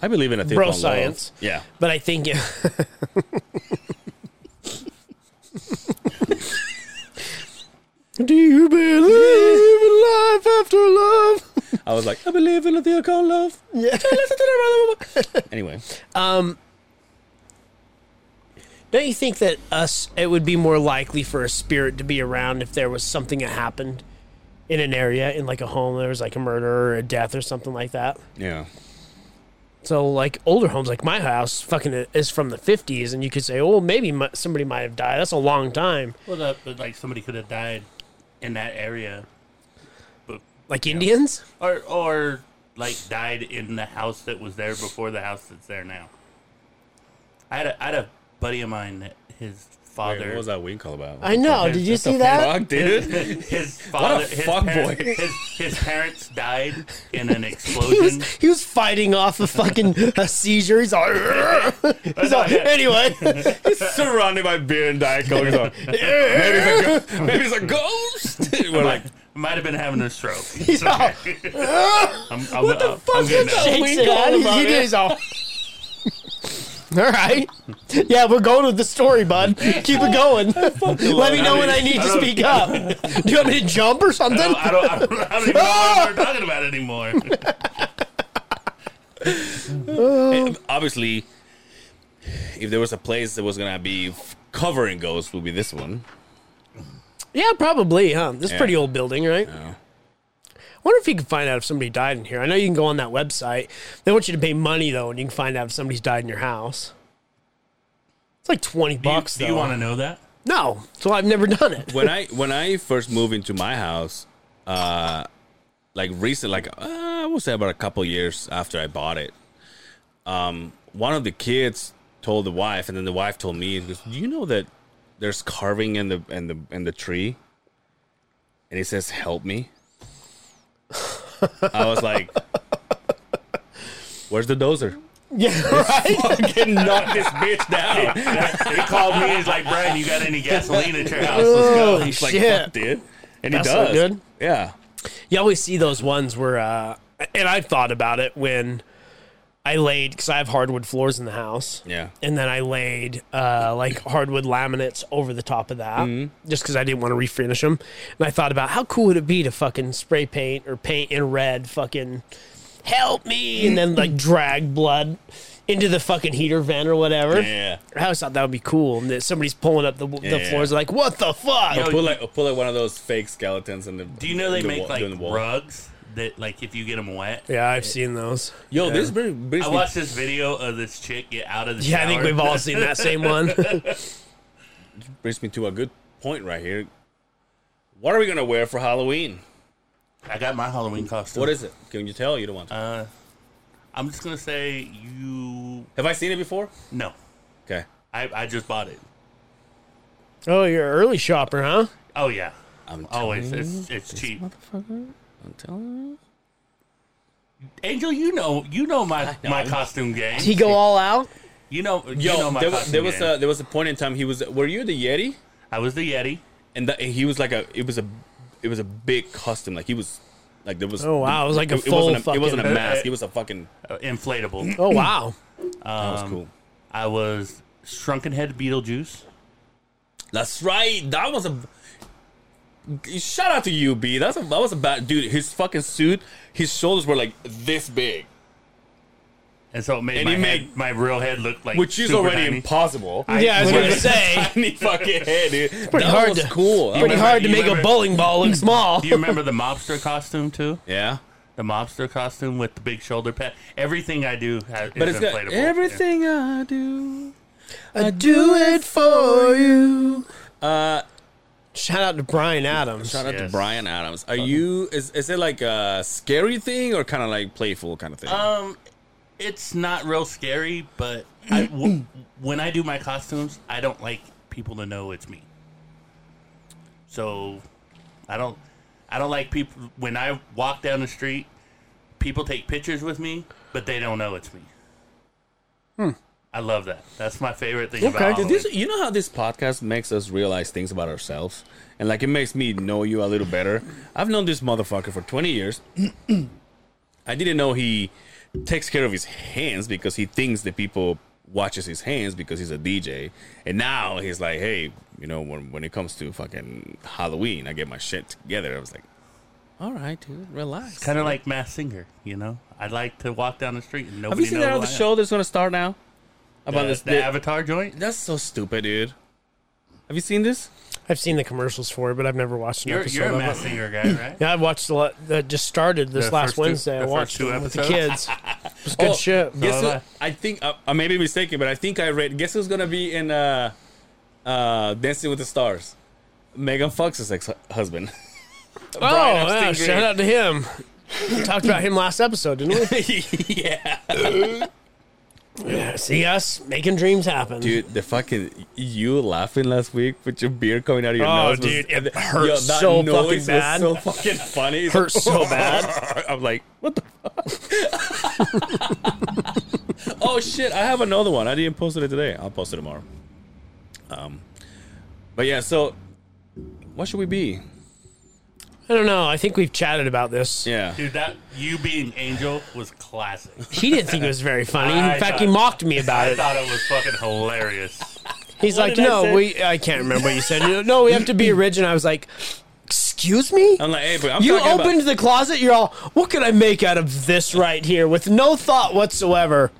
Speaker 2: I believe in a thing
Speaker 3: Bro
Speaker 2: called love.
Speaker 3: science.
Speaker 2: Yeah,
Speaker 3: but I think Do you believe in life after love?
Speaker 2: I was like, I believe in a thing called love.
Speaker 3: Yeah.
Speaker 2: Anyway,
Speaker 3: Don't you think that us it would be more likely for a spirit to be around if there was something that happened in an area in like a home there was like a murder or a death or something like that?
Speaker 2: yeah,
Speaker 3: So like older homes like my house fucking is from the 50s and you could say, "Oh, maybe mu- somebody might have died. That's a long time."
Speaker 4: Well, that, but like somebody could have died in that area,
Speaker 3: Like Indians?
Speaker 4: or or like died in the house that was there before the house that's there now. I had a, I had a buddy of mine that his father.
Speaker 2: Wait, what was that winkle about?
Speaker 3: I know. Did you
Speaker 4: That's a
Speaker 3: see that?
Speaker 2: Fuck, dude.
Speaker 4: His father,
Speaker 2: a
Speaker 4: his,
Speaker 2: fuck
Speaker 4: parents,
Speaker 2: boy.
Speaker 4: His, his parents died in an
Speaker 3: He
Speaker 4: explosion.
Speaker 3: was, he was fighting off a fucking a seizure. He's all, he's all anyway.
Speaker 2: surrounded by beer and diet coke. He's like, maybe, it's a go- maybe it's a ghost. We're like,
Speaker 4: Like, might have been having a stroke. It's
Speaker 3: Yeah.
Speaker 4: okay. I'm, I'm, what the fuck
Speaker 2: is that?
Speaker 3: shakes
Speaker 2: Winkle
Speaker 3: it out. He,
Speaker 2: about
Speaker 3: he
Speaker 2: it.
Speaker 3: did his all. all right. Yeah, we're going with the story, bud. Keep it going. Let me know when I need to speak up. Do you want me to jump or something?
Speaker 4: I don't, I don't, I don't even know what
Speaker 3: Ah!
Speaker 4: we're talking about anymore.
Speaker 2: obviously, if there was a place that was gonna be f- covering ghosts, would be this one.
Speaker 3: Yeah, probably, huh? This is
Speaker 2: Yeah.
Speaker 3: pretty old building, right? I wonder if you can find out if somebody died in here. I know you can go on that website. They want you to pay money though, and you can find out if somebody's died in your house. It's like twenty
Speaker 4: Do you,
Speaker 3: bucks.
Speaker 4: do you
Speaker 3: though.
Speaker 4: want to know that?
Speaker 3: No, so I've never done it.
Speaker 2: When I when I first moved into my house, uh, like recent, like uh, I would say about a couple years after I bought it, um, one of the kids told the wife, and then the wife told me, he goes, "Do you know that there's carving in the in the in the tree?" And he says, "Help me." I was like, "Where's the dozer?"
Speaker 3: Yeah, right.
Speaker 2: Fucking knock this bitch down.
Speaker 4: he called me. He's like, Brian, you got any gasoline at your house? Let's go.
Speaker 3: Holy
Speaker 2: He's like,
Speaker 3: Oh, shit.
Speaker 2: "Fuck, dude," and
Speaker 3: That's
Speaker 2: he
Speaker 3: not
Speaker 2: does.
Speaker 3: good.
Speaker 2: Yeah.
Speaker 3: You always see those ones where, uh, and I thought about it when I laid because I have hardwood floors in the house.
Speaker 2: Yeah.
Speaker 3: and then I laid uh, like hardwood laminates over the top of that just because I didn't want to refinish them. And I thought about how cool would it be to fucking spray paint or paint in red, fucking help me, and then like drag blood into the fucking heater vent or whatever.
Speaker 2: Yeah.
Speaker 3: I always thought that would be cool, and that somebody's pulling up the, the
Speaker 2: Yeah.
Speaker 3: floors like, what the fuck?
Speaker 4: Yo,
Speaker 2: Pull like pull like one of those fake skeletons in the.
Speaker 4: Do you know they make like
Speaker 2: the wall.
Speaker 4: rugs that, like, if you get them wet?
Speaker 3: yeah, I've seen those.
Speaker 2: Yo, this brings, brings
Speaker 4: I
Speaker 2: me.
Speaker 4: watched this video of this chick get out of the
Speaker 3: Yeah, I
Speaker 4: shower.
Speaker 3: think we've all seen that same one.
Speaker 2: brings me to a good point right here. What are we gonna wear for Halloween?
Speaker 4: I got my Halloween costume.
Speaker 2: What is it? Can you tell? You don't want to.
Speaker 4: Uh, I'm just gonna say you.
Speaker 2: Have I seen it before?
Speaker 4: No,
Speaker 2: Okay.
Speaker 4: I I just bought it.
Speaker 3: Oh, you're an early shopper, huh?
Speaker 4: Oh yeah,
Speaker 2: I'm telling
Speaker 4: always it's it's cheap.
Speaker 2: motherfucker. I'm telling you.
Speaker 4: Angel, you know you know my
Speaker 2: know.
Speaker 4: my costume game.
Speaker 3: Did he go all out?
Speaker 4: You know you
Speaker 2: Yo,
Speaker 4: know my
Speaker 2: there, wa-
Speaker 4: costume
Speaker 2: there was
Speaker 4: game.
Speaker 2: a there was a point in time he was. Were you the Yeti?
Speaker 4: I was the Yeti.
Speaker 2: And, that, and he was like a. It was a. It was a big costume. Like he was. Like there was.
Speaker 3: Oh, wow, it was like a
Speaker 2: It wasn't,
Speaker 3: full
Speaker 2: a, it wasn't a
Speaker 4: fucking-
Speaker 2: mask. It was a fucking.
Speaker 4: uh, inflatable.
Speaker 3: Oh wow.
Speaker 2: That
Speaker 4: Um,
Speaker 2: was cool.
Speaker 4: I was shrunken head Beetlejuice.
Speaker 2: That's right. That was a. Shout out to you, B. That's a, that was a bad dude. His fucking suit, his shoulders were like this big,
Speaker 4: And so it made,
Speaker 2: And
Speaker 4: my,
Speaker 2: he
Speaker 4: head-
Speaker 2: made-
Speaker 4: my real head look like
Speaker 2: which is
Speaker 4: super
Speaker 2: already
Speaker 4: tiny.
Speaker 2: impossible.
Speaker 3: yeah, I was
Speaker 4: What
Speaker 3: gonna
Speaker 4: is-
Speaker 3: say.
Speaker 2: Tiny fucking head, dude. It's
Speaker 3: pretty
Speaker 2: that
Speaker 3: hard
Speaker 2: Was
Speaker 3: to-
Speaker 2: cool. That
Speaker 3: Pretty
Speaker 2: was-
Speaker 3: hard to
Speaker 4: you
Speaker 3: make a
Speaker 4: remember-
Speaker 3: bowling ball look small.
Speaker 4: Do you remember the mobster costume too?
Speaker 2: Yeah,
Speaker 4: The mobster costume with the big shoulder pad. Everything I do has
Speaker 2: but
Speaker 4: is
Speaker 2: it's got
Speaker 4: inflatable.
Speaker 2: everything I do.
Speaker 3: I do it for you. Uh, shout out to Brian Adams.
Speaker 2: Shout out to
Speaker 4: Yes.
Speaker 2: Brian Adams. Are you? Is is it like a scary thing or kind of like playful kind of thing?
Speaker 4: Um, it's not real scary, but I, w- when I do my costumes, I don't like people to know it's me. So, I don't, I don't like people when I walk down the street. People take pictures with me, but they don't know it's me. I love that. That's my favorite thing
Speaker 3: Okay.
Speaker 4: about
Speaker 2: Did
Speaker 4: Halloween.
Speaker 2: Hmm. this, you know how this podcast makes us realize things about ourselves, and like it makes me know you a little better. I've known this motherfucker for twenty years. I didn't know he takes care of his hands because he thinks that people watches his hands because he's a DJ, and now he's like, hey, you know, when when it comes to fucking Halloween, I get my shit together. I was like, all right, dude, relax.
Speaker 4: Kind of like Mass Singer, you know. I like to walk down the street and
Speaker 2: Have
Speaker 4: nobody.
Speaker 2: you seen
Speaker 4: knows
Speaker 2: that
Speaker 4: who
Speaker 2: other
Speaker 4: I am.
Speaker 2: show that's gonna start now? About
Speaker 4: The,
Speaker 2: this,
Speaker 4: the Avatar joint.
Speaker 2: that's so stupid, dude. Have you seen this?
Speaker 3: I've seen the commercials for it, but I've never watched an
Speaker 4: You're,
Speaker 3: episode
Speaker 4: you're a
Speaker 3: of
Speaker 4: Mass
Speaker 3: it.
Speaker 4: Singer guy, right?
Speaker 3: Yeah, I watched a lot. That just started this
Speaker 4: The
Speaker 3: last
Speaker 4: first two-
Speaker 3: Wednesday. I
Speaker 4: the first
Speaker 3: watched
Speaker 4: two
Speaker 3: it with the
Speaker 4: episodes?
Speaker 3: kids. It's good
Speaker 2: Oh,
Speaker 3: shit.
Speaker 2: Guess
Speaker 4: No,
Speaker 2: who-
Speaker 4: no.
Speaker 2: I think uh, I, I may be mistaken, but I think I read. Guess who's gonna be in uh, uh, Dancing with the Stars? Megan Fox's ex husband.
Speaker 3: Oh,
Speaker 2: Brian Epstein
Speaker 3: yeah,
Speaker 2: Green.
Speaker 3: shout out to him. We talked about him last episode, didn't
Speaker 2: yeah,
Speaker 3: we? yeah, see us making dreams happen.
Speaker 2: dude, the fucking you laughing last week with your beer coming out of your
Speaker 3: Oh,
Speaker 2: nose. was-
Speaker 3: dude, it
Speaker 2: Yo,
Speaker 3: hurt
Speaker 2: that
Speaker 3: so
Speaker 2: noise
Speaker 3: fucking
Speaker 2: was
Speaker 3: bad.
Speaker 2: so fucking funny. It's
Speaker 3: Hurt
Speaker 2: like,
Speaker 3: so bad.
Speaker 2: I'm like, what the? fuck? oh shit! I have another one. I didn't post it today. I'll post it tomorrow. Um, but yeah. So, what should we be?
Speaker 3: I don't know. I think we've chatted about this.
Speaker 2: Yeah.
Speaker 4: Dude, that you being Angel was classic.
Speaker 3: He didn't think it was very funny. In
Speaker 4: I
Speaker 3: fact,
Speaker 4: thought-
Speaker 3: he mocked me about
Speaker 4: I
Speaker 3: it.
Speaker 4: thought it was fucking hilarious.
Speaker 3: He's like,
Speaker 2: did I
Speaker 3: no,
Speaker 2: say?"
Speaker 3: we. I can't remember what you said. No, we have to be original. I was like, excuse me.
Speaker 2: I'm like, hey, but I'm
Speaker 3: you
Speaker 2: talking about-
Speaker 3: opened the closet. You're all, what can I make out of this right here with no thought whatsoever?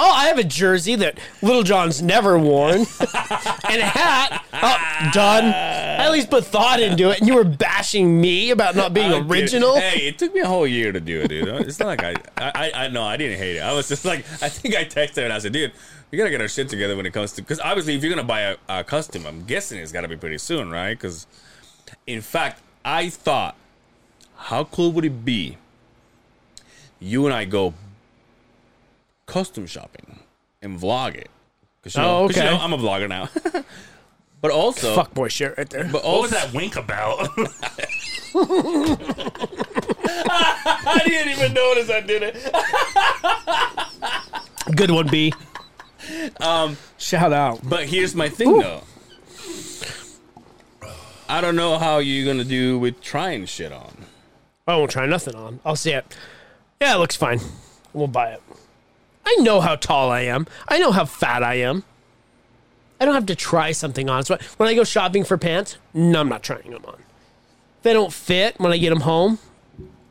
Speaker 3: Oh, I have a jersey that Little John's never worn, and a hat. Oh, done. I at least put thought into it, and you were bashing me about not being
Speaker 2: Oh, dude.
Speaker 3: original.
Speaker 2: Hey, it took me a whole year to do it, dude. It's not like I, I, I, I no, I didn't hate it. I was just like, I think I texted her and I said, dude, we gotta get our shit together when it comes to, because obviously, if you're gonna buy a, a custom, I'm guessing it's gotta be pretty soon, right? Because, in fact, I thought, how cool would it be? You and I go custom shopping and vlog it. 'Cause you know-
Speaker 3: Oh,
Speaker 2: 'cause you
Speaker 3: okay.
Speaker 2: know I'm a vlogger now. but also,
Speaker 3: Fuck boy shit right there.
Speaker 2: but
Speaker 4: What
Speaker 2: also,
Speaker 4: was that wink about?
Speaker 2: I didn't even notice I did it.
Speaker 3: Good one, B. Um, shout out.
Speaker 2: But here's my thing, though. I don't know how you're gonna do with trying shit on.
Speaker 3: I won't try nothing on. I'll see it. Yeah, it looks fine. We'll buy it. I know how tall I am. I know how fat I am. I don't have to try something on. So when I go shopping for pants, no, I'm not trying them on. If they don't fit when I get them home,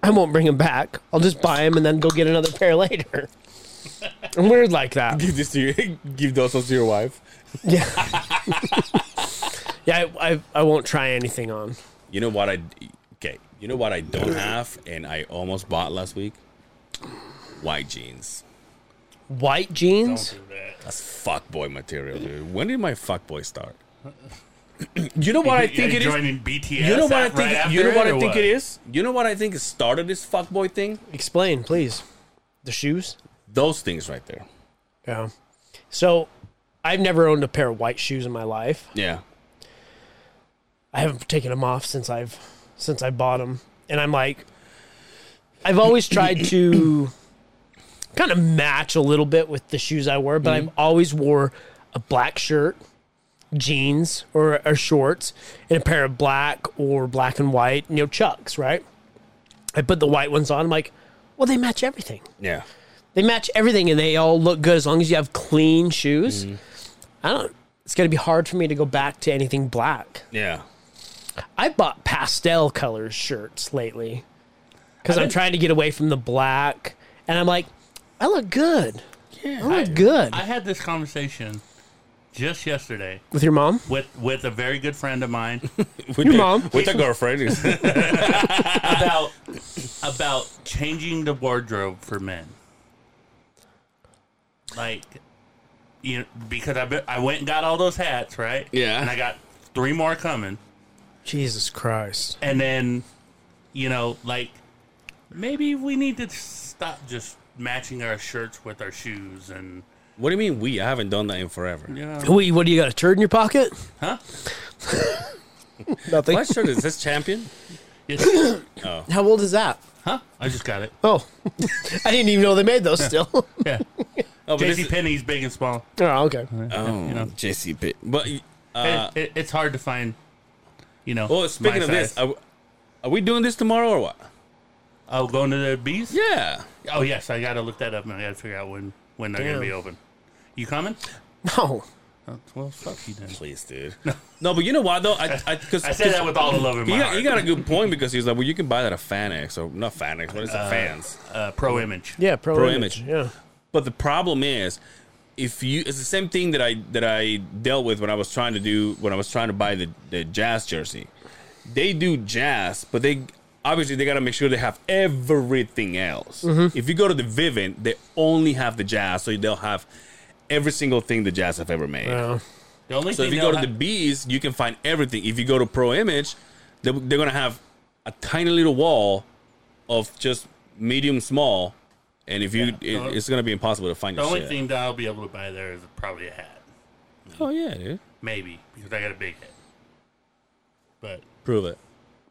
Speaker 3: I won't bring them back. I'll just buy them and then go get another pair later. I'm weird like that.
Speaker 2: Give this to your, give those ones to your wife.
Speaker 3: Yeah. yeah, I, I, I won't try anything on.
Speaker 2: You know what I? Okay, you know what I don't have, and I almost bought last week. White jeans.
Speaker 3: White jeans?
Speaker 2: That's fuckboy material, dude. When did my fuckboy start? You know what I think it is?
Speaker 4: joining BTS.
Speaker 2: You know what I
Speaker 4: right
Speaker 2: think?
Speaker 4: after
Speaker 2: you know what
Speaker 4: or
Speaker 2: I think it is? You know what I think started this fuckboy thing?
Speaker 3: Explain, please. The shoes.
Speaker 2: Those things right there.
Speaker 3: Yeah. So, I've never owned a pair of white shoes in my life.
Speaker 2: Yeah.
Speaker 3: I haven't taken them off since I've since I bought them, and I'm like, I've always tried to kind of match a little bit with the shoes I wear, but I've always wore a black shirt, jeans or, or shorts, and a pair of black or black and white, you know, chucks. Right? I put the white ones on. I'm like, well, they match everything
Speaker 2: Yeah.
Speaker 3: they match everything and they all look good as long as you have clean shoes. I don't. It's gonna be hard for me to go back to anything black.
Speaker 2: Yeah.
Speaker 3: I bought pastel colors shirts lately because I'm trying to get away from the black, and I'm like, I look good. Yeah, I look good
Speaker 4: I had this conversation just yesterday
Speaker 3: with your mom.
Speaker 4: with with a very good friend of mine
Speaker 2: With
Speaker 3: Your
Speaker 2: the-
Speaker 3: mom.
Speaker 2: With the girlfriend.
Speaker 4: about about changing the wardrobe for men. Like, you know, because I be, I went and got all those hats, right?
Speaker 2: Yeah.
Speaker 4: and I got three more coming,
Speaker 3: Jesus Christ!
Speaker 4: and then, you know, like maybe we need to stop just matching our shirts with our shoes and
Speaker 2: what do you mean we? I haven't done that in forever.
Speaker 4: you know,
Speaker 3: Wait, what do you got? A turd in your pocket?
Speaker 4: huh?
Speaker 3: Nothing.
Speaker 2: What shirt is this champion?
Speaker 4: Yes.
Speaker 3: How old is that?
Speaker 4: huh? I just got it.
Speaker 3: Oh, I didn't even know they made those. Still. oh,
Speaker 4: Yeah.
Speaker 2: Oh, but this
Speaker 4: JC
Speaker 2: is-
Speaker 4: Penney's big and small.
Speaker 3: okay.
Speaker 2: oh,
Speaker 4: you know.
Speaker 2: JC Pitt. But uh,
Speaker 4: It- it, it's hard to find. You know.
Speaker 2: well, oh, speaking
Speaker 4: my
Speaker 2: of this, uh,
Speaker 4: size.
Speaker 2: are, are we doing this tomorrow or what?
Speaker 4: oh, going to the bees.
Speaker 2: Yeah.
Speaker 4: Oh yes, I gotta look that up and I gotta figure out when when they're gonna be
Speaker 3: Damn.
Speaker 4: open. You coming?
Speaker 3: No.
Speaker 4: Oh, well, fuck you then.
Speaker 2: Please, dude. No, but you know why though? I I, cause,
Speaker 4: I said that with all the love in
Speaker 2: He
Speaker 4: my
Speaker 2: got, he
Speaker 4: heart.
Speaker 2: got a good point because he's like, well, you can buy that at Fanex or not Fanex, what is it? Fans.
Speaker 4: uh, pro image.
Speaker 3: Yeah, pro,
Speaker 2: Pro
Speaker 3: image.
Speaker 2: image.
Speaker 3: Yeah.
Speaker 2: But the problem is, if you, it's the same thing that I that I dealt with when I was trying to do when I was trying to buy the the jazz jersey. They do jazz, but they obviously they got to make sure they have everything else. If you go to the Vivint, they only have the jazz, so they'll have every single thing the jazz have ever made.
Speaker 3: Yeah.
Speaker 4: The only
Speaker 2: So
Speaker 4: thing
Speaker 2: if you
Speaker 4: they'll
Speaker 2: go to the
Speaker 4: have-
Speaker 2: bees, you can find everything. If you go to Pro Image, they, they're gonna have a tiny little wall of just medium small, and if you,
Speaker 4: Yeah.
Speaker 2: it, it's gonna be impossible to find.
Speaker 4: the
Speaker 2: your
Speaker 4: only
Speaker 2: shit.
Speaker 4: thing that I'll be able to buy there is probably a hat,
Speaker 2: Oh yeah, dude.
Speaker 4: maybe because I got a big head. But
Speaker 2: Prove it.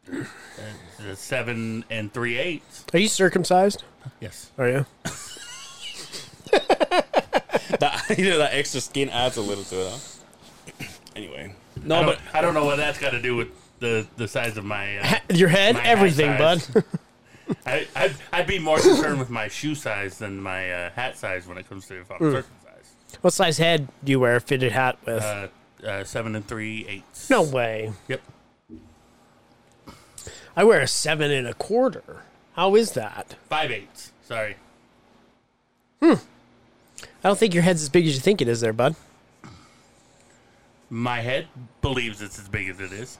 Speaker 4: the seven and three eighths.
Speaker 3: Are you circumcised? Oh,
Speaker 4: Yes.
Speaker 3: Are you?
Speaker 2: That, you know, that extra skin adds a little to it. Huh? Anyway, no,
Speaker 4: I
Speaker 2: but
Speaker 4: don't, I don't know what that's got to do with the the size of my. Uh,
Speaker 3: Your head,
Speaker 4: my hat
Speaker 3: everything, bud.
Speaker 4: size. I, I'd, I'd be more concerned with my shoe size than my uh, hat size when it comes to if I'm circumcised.
Speaker 3: What size head do you wear a fitted hat with?
Speaker 4: Uh, uh, seven and three eighths.
Speaker 3: no way.
Speaker 4: Yep.
Speaker 3: I wear a seven and a quarter. How is that?
Speaker 4: Five eighths. Sorry.
Speaker 3: I don't think your head's as big as you think it is, there, bud.
Speaker 4: My head believes it's as big as it is.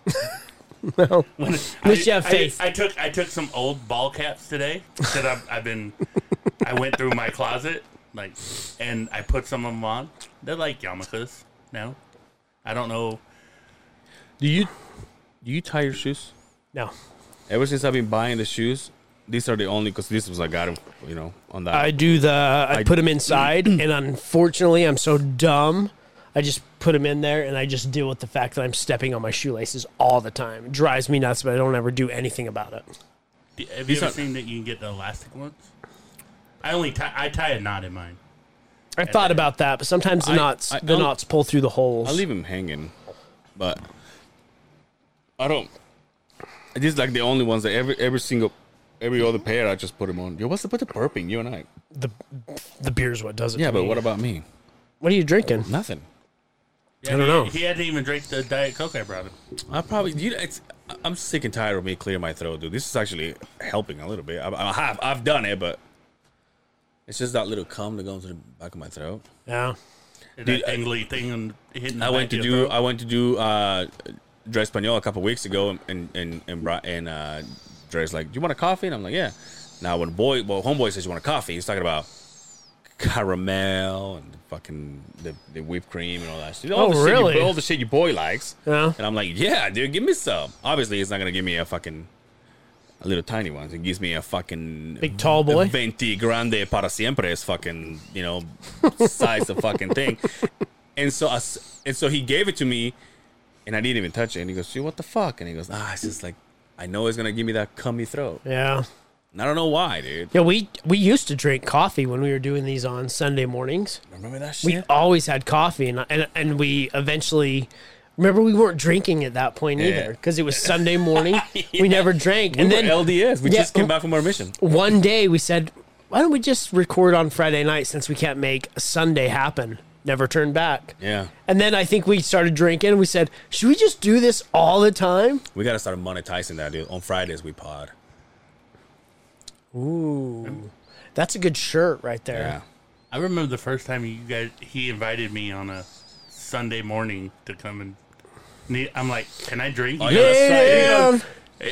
Speaker 3: No.
Speaker 4: When I,
Speaker 3: least you have
Speaker 4: I-
Speaker 3: faith.
Speaker 4: I, took I took some old ball caps today that I've, I've been. I went through my closet like, and I put some of them on. They're like yarmulkes now. I don't know.
Speaker 2: do you do you tie your shoes?
Speaker 3: No.
Speaker 2: Ever since I've been buying the shoes, these are the only because this was I got 'em, you know, on that.
Speaker 3: I do the. I, put them inside, and unfortunately, I'm so dumb. I just put them in there, and I just deal with the fact that I'm stepping on my shoelaces all the time. It drives me nuts, but I don't ever do anything about it.
Speaker 4: Do- Have you
Speaker 2: These
Speaker 4: ever
Speaker 2: are-
Speaker 4: seen that you can get the elastic ones? I only tie I tie a knot in mine.
Speaker 3: I thought about that, but sometimes the
Speaker 2: I-
Speaker 3: knots,
Speaker 2: I-
Speaker 3: the
Speaker 2: I'll-
Speaker 3: knots pull through the holes.
Speaker 2: I leave him hanging, but I don't. This is like the only ones that every every single every other pair I just put him on. Yo, what's up with the burping? You and I.
Speaker 3: the the beer's what does it.
Speaker 2: Yeah,
Speaker 3: to
Speaker 2: but
Speaker 3: me.
Speaker 2: what about me?
Speaker 3: What are you drinking?
Speaker 2: Nothing.
Speaker 4: Yeah,
Speaker 3: don't
Speaker 4: he-
Speaker 3: know.
Speaker 4: He hadn't even drank the diet coke I brought him.
Speaker 2: I probably you know it's. I'm sick and tired of me clearing my throat, dude. This is actually helping a little bit. I, I have I've done it, but it's just that little cum that goes to the back of my throat.
Speaker 3: Yeah.
Speaker 4: That dangly thing and hitting. the
Speaker 2: I went
Speaker 4: back
Speaker 2: to
Speaker 4: of your
Speaker 2: do
Speaker 4: throat.
Speaker 2: I went to do uh Dre Espanol a couple weeks ago and and and brought and uh Dre's like, Do you want a coffee? And I'm like, Yeah. Now when boy well homeboy says you want a coffee, he's talking about caramel and fucking the, the whipped cream and all that shit.
Speaker 3: Oh,
Speaker 2: All the shit you-
Speaker 3: really?
Speaker 2: all the shit your boy likes.
Speaker 3: Yeah.
Speaker 2: And I'm like, yeah, dude, give me some. Obviously, it's not gonna give me a fucking a little tiny one. It gives me a fucking
Speaker 3: Big tall boy?
Speaker 2: Venti grande para siempre is fucking you know size of fucking thing. And so I s and so he gave it to me, and I didn't even touch it. And he goes, "You what the fuck?" And he goes, "Ah, it's just like." I know it's gonna give me that cummy throat.
Speaker 3: Yeah.
Speaker 2: And I don't know why, dude.
Speaker 3: Yeah, we we used to drink coffee when we were doing these on Sunday mornings.
Speaker 2: Remember that shit?
Speaker 3: We always had coffee, and and, and we eventually. Remember, we weren't drinking at that point
Speaker 2: Yeah.
Speaker 3: either because it was Sunday morning. We never drank,
Speaker 2: We
Speaker 3: and
Speaker 2: were
Speaker 3: then
Speaker 2: LDS. We
Speaker 3: Yeah.
Speaker 2: just came back from our mission.
Speaker 3: one day we said, "Why don't we just record on Friday night since we can't make a Sunday happen?" Never turned back.
Speaker 2: Yeah.
Speaker 3: And then I think we started drinking. and We said, "Should we just do this all the time?"
Speaker 2: We gotta start monetizing that, dude. On Fridays we pod.
Speaker 3: That's a good shirt right there.
Speaker 2: Yeah.
Speaker 4: I remember the first time you guys he invited me on a Sunday morning to come and. ne- I'm like, can I drink?
Speaker 2: Oh,
Speaker 4: He
Speaker 2: yeah,
Speaker 4: goes,
Speaker 2: that's right.
Speaker 4: he
Speaker 3: Yeah.
Speaker 4: goes-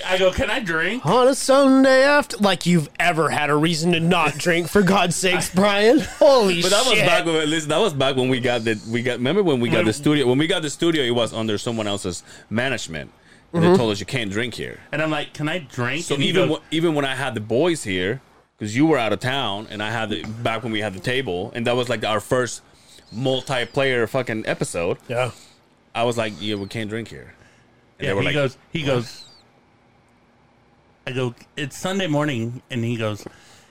Speaker 4: I go, can I drink?
Speaker 3: on a Sunday after, like you've ever had a reason to not drink, for God's sakes, Brian. Holy
Speaker 2: But that was
Speaker 3: shit!
Speaker 2: back when listen, that was back when we got the we got remember when we got the studio when we got the studio it was under someone else's management. And
Speaker 4: Mm-hmm.
Speaker 2: they told us you can't drink here.
Speaker 4: And I'm like, can I drink?
Speaker 2: So
Speaker 4: and he
Speaker 2: even
Speaker 4: goes,
Speaker 2: when, even when I had the boys here, because you were out of town and I had the back when we had the table, and that was like our first multiplayer fucking episode.
Speaker 3: yeah,
Speaker 2: I was like, yeah, we can't drink here. And
Speaker 4: yeah,
Speaker 2: they were
Speaker 4: he
Speaker 2: like,
Speaker 4: goes, he goes. I go, it's Sunday morning, and he goes,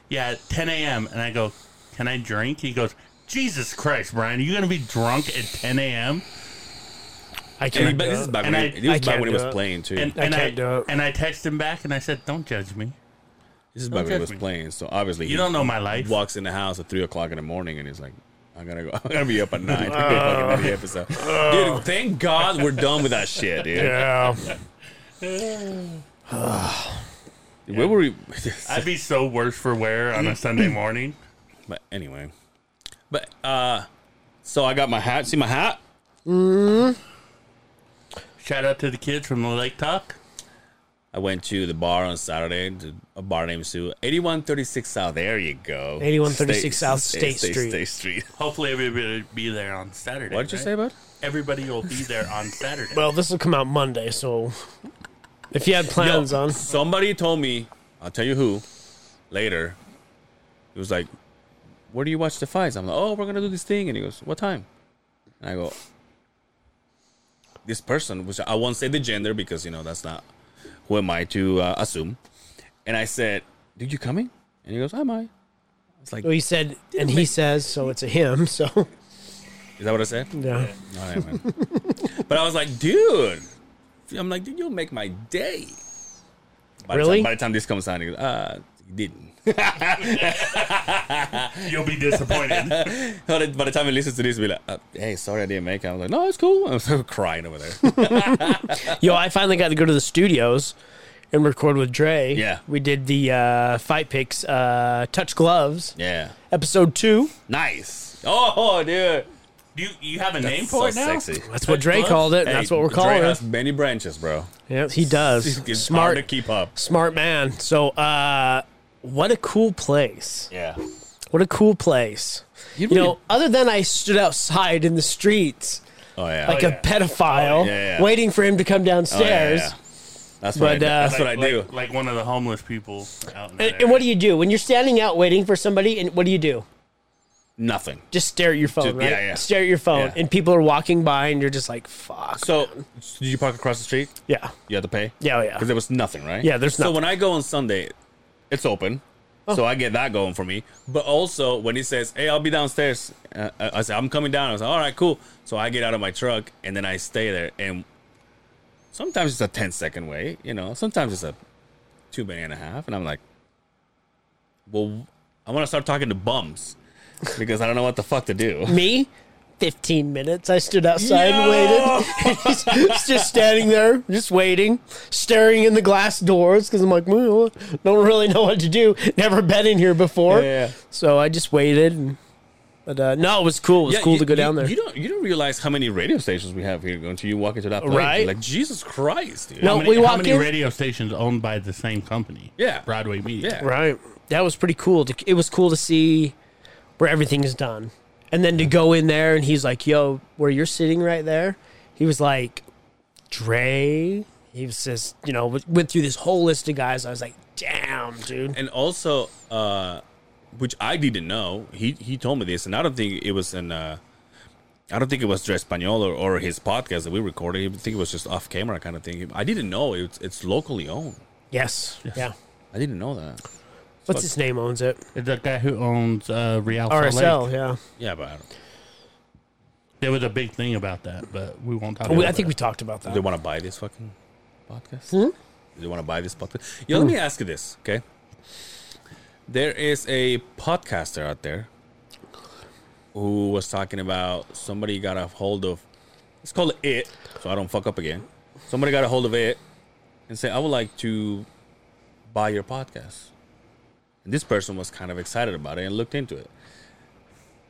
Speaker 4: yeah, at 10 a.m. And I go, can I drink? He goes, Jesus Christ, Brian, are you gonna be drunk at 10 a.m.
Speaker 3: I
Speaker 2: and he-
Speaker 3: can't. do
Speaker 2: this is
Speaker 3: it.
Speaker 2: back when
Speaker 4: And I-
Speaker 2: it was
Speaker 3: I
Speaker 2: back
Speaker 3: can't
Speaker 2: when it
Speaker 3: do
Speaker 2: was
Speaker 3: it.
Speaker 2: playing too.
Speaker 4: And,
Speaker 3: I
Speaker 4: and
Speaker 3: can't do it.
Speaker 4: and I text him back, and I said, don't judge me.
Speaker 2: This is back when
Speaker 4: judge
Speaker 2: he was
Speaker 4: me.
Speaker 2: playing, so obviously
Speaker 4: You don't know my life.
Speaker 2: Walks in the house at three o'clock in the morning, and he's like, "I gotta go. I gotta be up at nine to go
Speaker 4: Oh.
Speaker 2: fucking do the episode." Dude, thank God we're done with that shit, dude.
Speaker 3: yeah,
Speaker 2: Where were we?
Speaker 4: I'd be so worse for wear on a Sunday morning.
Speaker 2: but anyway, but uh, so I got my hat. See my hat?
Speaker 4: Shout out to the kids from the Lake Talk.
Speaker 2: I went to the bar on Saturday, to a bar named Sue, eighty-one thirty-six South. There you go,
Speaker 3: 8136 South State Street.
Speaker 2: State Street.
Speaker 4: Hopefully, everybody will be there on Saturday.
Speaker 2: What did you
Speaker 4: right?
Speaker 2: say about? it?
Speaker 4: Everybody will be there on Saturday.
Speaker 3: Well, this will come out Monday, so if you had plans
Speaker 2: Yo,
Speaker 3: on,
Speaker 2: Somebody told me, I'll tell you who, later. It was like, where do you watch the fights? I'm like, oh, we're gonna do this thing, and he goes, what time? And I go, this person, which I won't say the gender because you know that's not who am I to uh, assume. And I said, dude, you coming? And he goes, am I? It's like,
Speaker 3: well,
Speaker 2: is
Speaker 3: he said, and he says, so it's a him. So
Speaker 2: that what I said?
Speaker 3: yeah,
Speaker 2: All right, man. but I was like, dude, I'm like, dude, you'll make my day. By The
Speaker 3: Really?
Speaker 2: time, by the time this comes out, he goes, uh, he didn't.
Speaker 4: You'll be disappointed.
Speaker 2: By the- by the time he listens to this, he'll be like, uh, hey, sorry I didn't make it. I was like, no, it's cool. I'm still crying over there.
Speaker 3: yo, I finally got to go to the studios and record with Dre.
Speaker 2: Yeah.
Speaker 3: we did the uh, fight picks, uh, touch gloves,
Speaker 2: yeah.
Speaker 3: episode two.
Speaker 2: Nice. Oh, dude.
Speaker 4: Do you, you have a name
Speaker 2: That's
Speaker 4: for
Speaker 2: so
Speaker 4: it now?
Speaker 2: sexy.
Speaker 3: That's what Dre called it, and that's
Speaker 2: Hey,
Speaker 3: what we're
Speaker 2: Dre
Speaker 3: calling
Speaker 2: has
Speaker 3: it.
Speaker 2: many branches, bro.
Speaker 3: Yeah, he does.
Speaker 2: It's hard
Speaker 3: Smart
Speaker 2: to keep up.
Speaker 3: smart man. So, uh, what a cool place.
Speaker 2: Yeah.
Speaker 3: What a cool place.
Speaker 2: You,
Speaker 3: You know, other than I stood outside in the streets
Speaker 2: oh, yeah.
Speaker 3: like
Speaker 2: Oh,
Speaker 3: a
Speaker 2: yeah. yeah,
Speaker 3: pedophile
Speaker 2: yeah.
Speaker 3: waiting for him to come
Speaker 2: Oh, yeah,
Speaker 3: downstairs.
Speaker 2: yeah. That's
Speaker 3: But,
Speaker 2: what I do.
Speaker 3: uh,
Speaker 2: That's what I
Speaker 4: Like-
Speaker 2: do.
Speaker 4: Like, like one of the homeless people out in that
Speaker 3: And, and what
Speaker 4: area.
Speaker 3: do you do when you're standing out waiting for somebody? And what do you do?
Speaker 2: Nothing.
Speaker 3: Just stare at your phone,
Speaker 2: Just-
Speaker 3: right?
Speaker 2: yeah, yeah.
Speaker 3: Stare at your phone,
Speaker 2: Yeah.
Speaker 3: and people are walking by, and you're just like, "Fuck."
Speaker 2: So, did you park across the street?
Speaker 3: yeah,
Speaker 2: You had to pay?
Speaker 3: yeah, oh, yeah.
Speaker 2: Because there was nothing, right?
Speaker 3: Yeah, there's
Speaker 2: So
Speaker 3: nothing. Oh.
Speaker 2: when I go on Sunday, it's open. So I get that going for me. But also, when he says, hey, I'll be downstairs, uh, I I say, I'm coming down. I was like, all right, cool. So I get out of my truck and then I stay there. And sometimes it's a 10 second wait, you know, sometimes it's a two minute and a half. And I'm like, well, I want to start talking to bums because I don't know what the fuck to do.
Speaker 3: Me, 15 minutes. I stood outside and waited. He's just standing there, just waiting, staring in the glass doors because I'm like, well, don't really know what to do. Never been in here before.
Speaker 2: Yeah.
Speaker 3: So I just waited. And, but uh, no, it was cool. It was
Speaker 2: Yeah,
Speaker 3: cool
Speaker 2: you-
Speaker 3: to go
Speaker 2: you-
Speaker 3: down there.
Speaker 2: You don't you don't realize how many radio stations we have here until you walk into that place. You're
Speaker 3: Right.
Speaker 2: Like Jesus Christ, dude.
Speaker 3: No,
Speaker 4: How many,
Speaker 3: we
Speaker 4: how
Speaker 3: walk
Speaker 4: many
Speaker 3: in-
Speaker 4: radio stations owned by the same company?
Speaker 2: Yeah.
Speaker 4: Broadway Media.
Speaker 2: Yeah.
Speaker 3: right. That was pretty cool. To, it was cool to see where everything's done. And then to go in there and he's like, yo, where you're sitting right there, he was like, Dre. He was just, you know, w- went through this whole list of guys. I was like, damn, dude.
Speaker 2: And also, uh, which I didn't know, he he told me this, and I don't think it was in. Uh, I don't think it was Dre Espanol or, or his podcast that we recorded. I think it was just off camera kind of thing. I didn't know it's it's locally owned.
Speaker 3: Yes. Yeah.
Speaker 2: I didn't know that.
Speaker 3: What's his name owns it?
Speaker 4: It's the guy who owns uh, Real Salt
Speaker 3: RSL,
Speaker 4: Lake.
Speaker 3: yeah.
Speaker 2: Yeah, but I don't,
Speaker 4: There was a big thing about that, but we won't talk.
Speaker 3: We,
Speaker 4: about
Speaker 3: I think we
Speaker 4: that.
Speaker 3: talked about that.
Speaker 2: they want to buy this fucking podcast. Do they want to buy this podcast? Yo, let me ask you this, okay? There is a podcaster out there who was talking about somebody got a hold of. Let's call it it, so I don't fuck up again. Somebody got a hold of it and said, "I would like to buy your podcast." And this person was kind of excited about it and looked into it.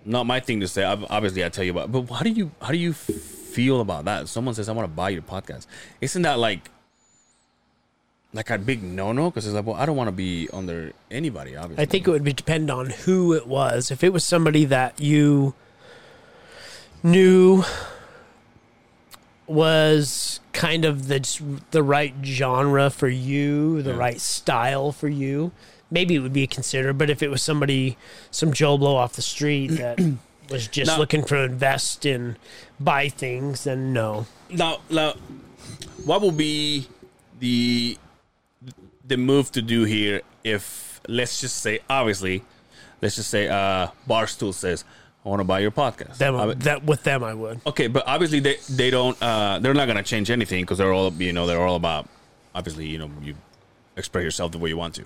Speaker 2: Not my thing to say. ob- Obviously, I tell you about. But how do you how do you feel about that? Someone says, "I want to buy your podcast." Isn't that like like a big no no because it's like, well, I don't want to be under anybody. Obviously,
Speaker 3: I think it would be depend on who it was. If it was somebody that you knew was kind of the the right genre for you, the
Speaker 2: Yeah.
Speaker 3: right style for you, maybe it would be considered. But if it was somebody, some Joe Blow off the street that was just
Speaker 2: Now-
Speaker 3: looking to invest in buy things, then no.
Speaker 2: now, now, what will be the the move to do here if let's just say obviously, let's just say uh Barstool says I want to buy your podcast.
Speaker 3: Them,
Speaker 2: I-
Speaker 3: that with them, I would.
Speaker 2: Okay, but obviously they they don't uh they're not gonna change anything because they're all you know they're all about obviously you know you express yourself the way you want to.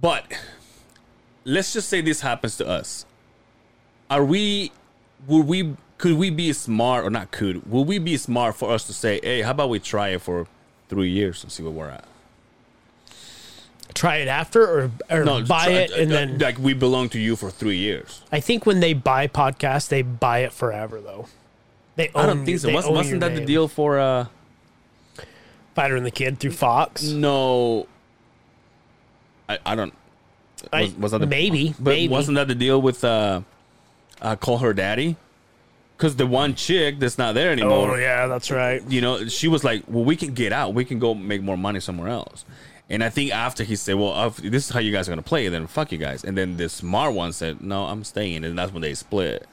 Speaker 2: But let's just say this happens to us. Are we? Would we? Could we be smart or not? Could will we be smart for us to say, hey, how about we try it for three years and see where we're at?
Speaker 3: Try it after, or, or buy
Speaker 2: try-
Speaker 3: it and
Speaker 2: uh,
Speaker 3: then.
Speaker 2: like we belong to you for three years.
Speaker 3: I think when they buy podcasts, they buy it forever though. They own,
Speaker 2: I don't think so.
Speaker 3: they
Speaker 2: Was,
Speaker 3: own
Speaker 2: wasn't
Speaker 3: your
Speaker 2: that the
Speaker 3: name.
Speaker 2: deal for? uh
Speaker 3: Fighter and the Kid through
Speaker 2: Mm,
Speaker 3: Fox.
Speaker 2: No, I, I don't.
Speaker 3: I-
Speaker 2: was- was that the-
Speaker 3: maybe,
Speaker 2: But
Speaker 3: maybe.
Speaker 2: wasn't that the deal with uh, uh call her daddy? Because the one chick that's not there anymore,
Speaker 3: Oh yeah, that's right.
Speaker 2: you know, she was like, "Well, we can get out. We can go make more money somewhere else." And I think after he said, "Well, if this is how you guys are gonna play," then fuck you guys. And then the smart one said, "No, I'm staying," and that's when they split.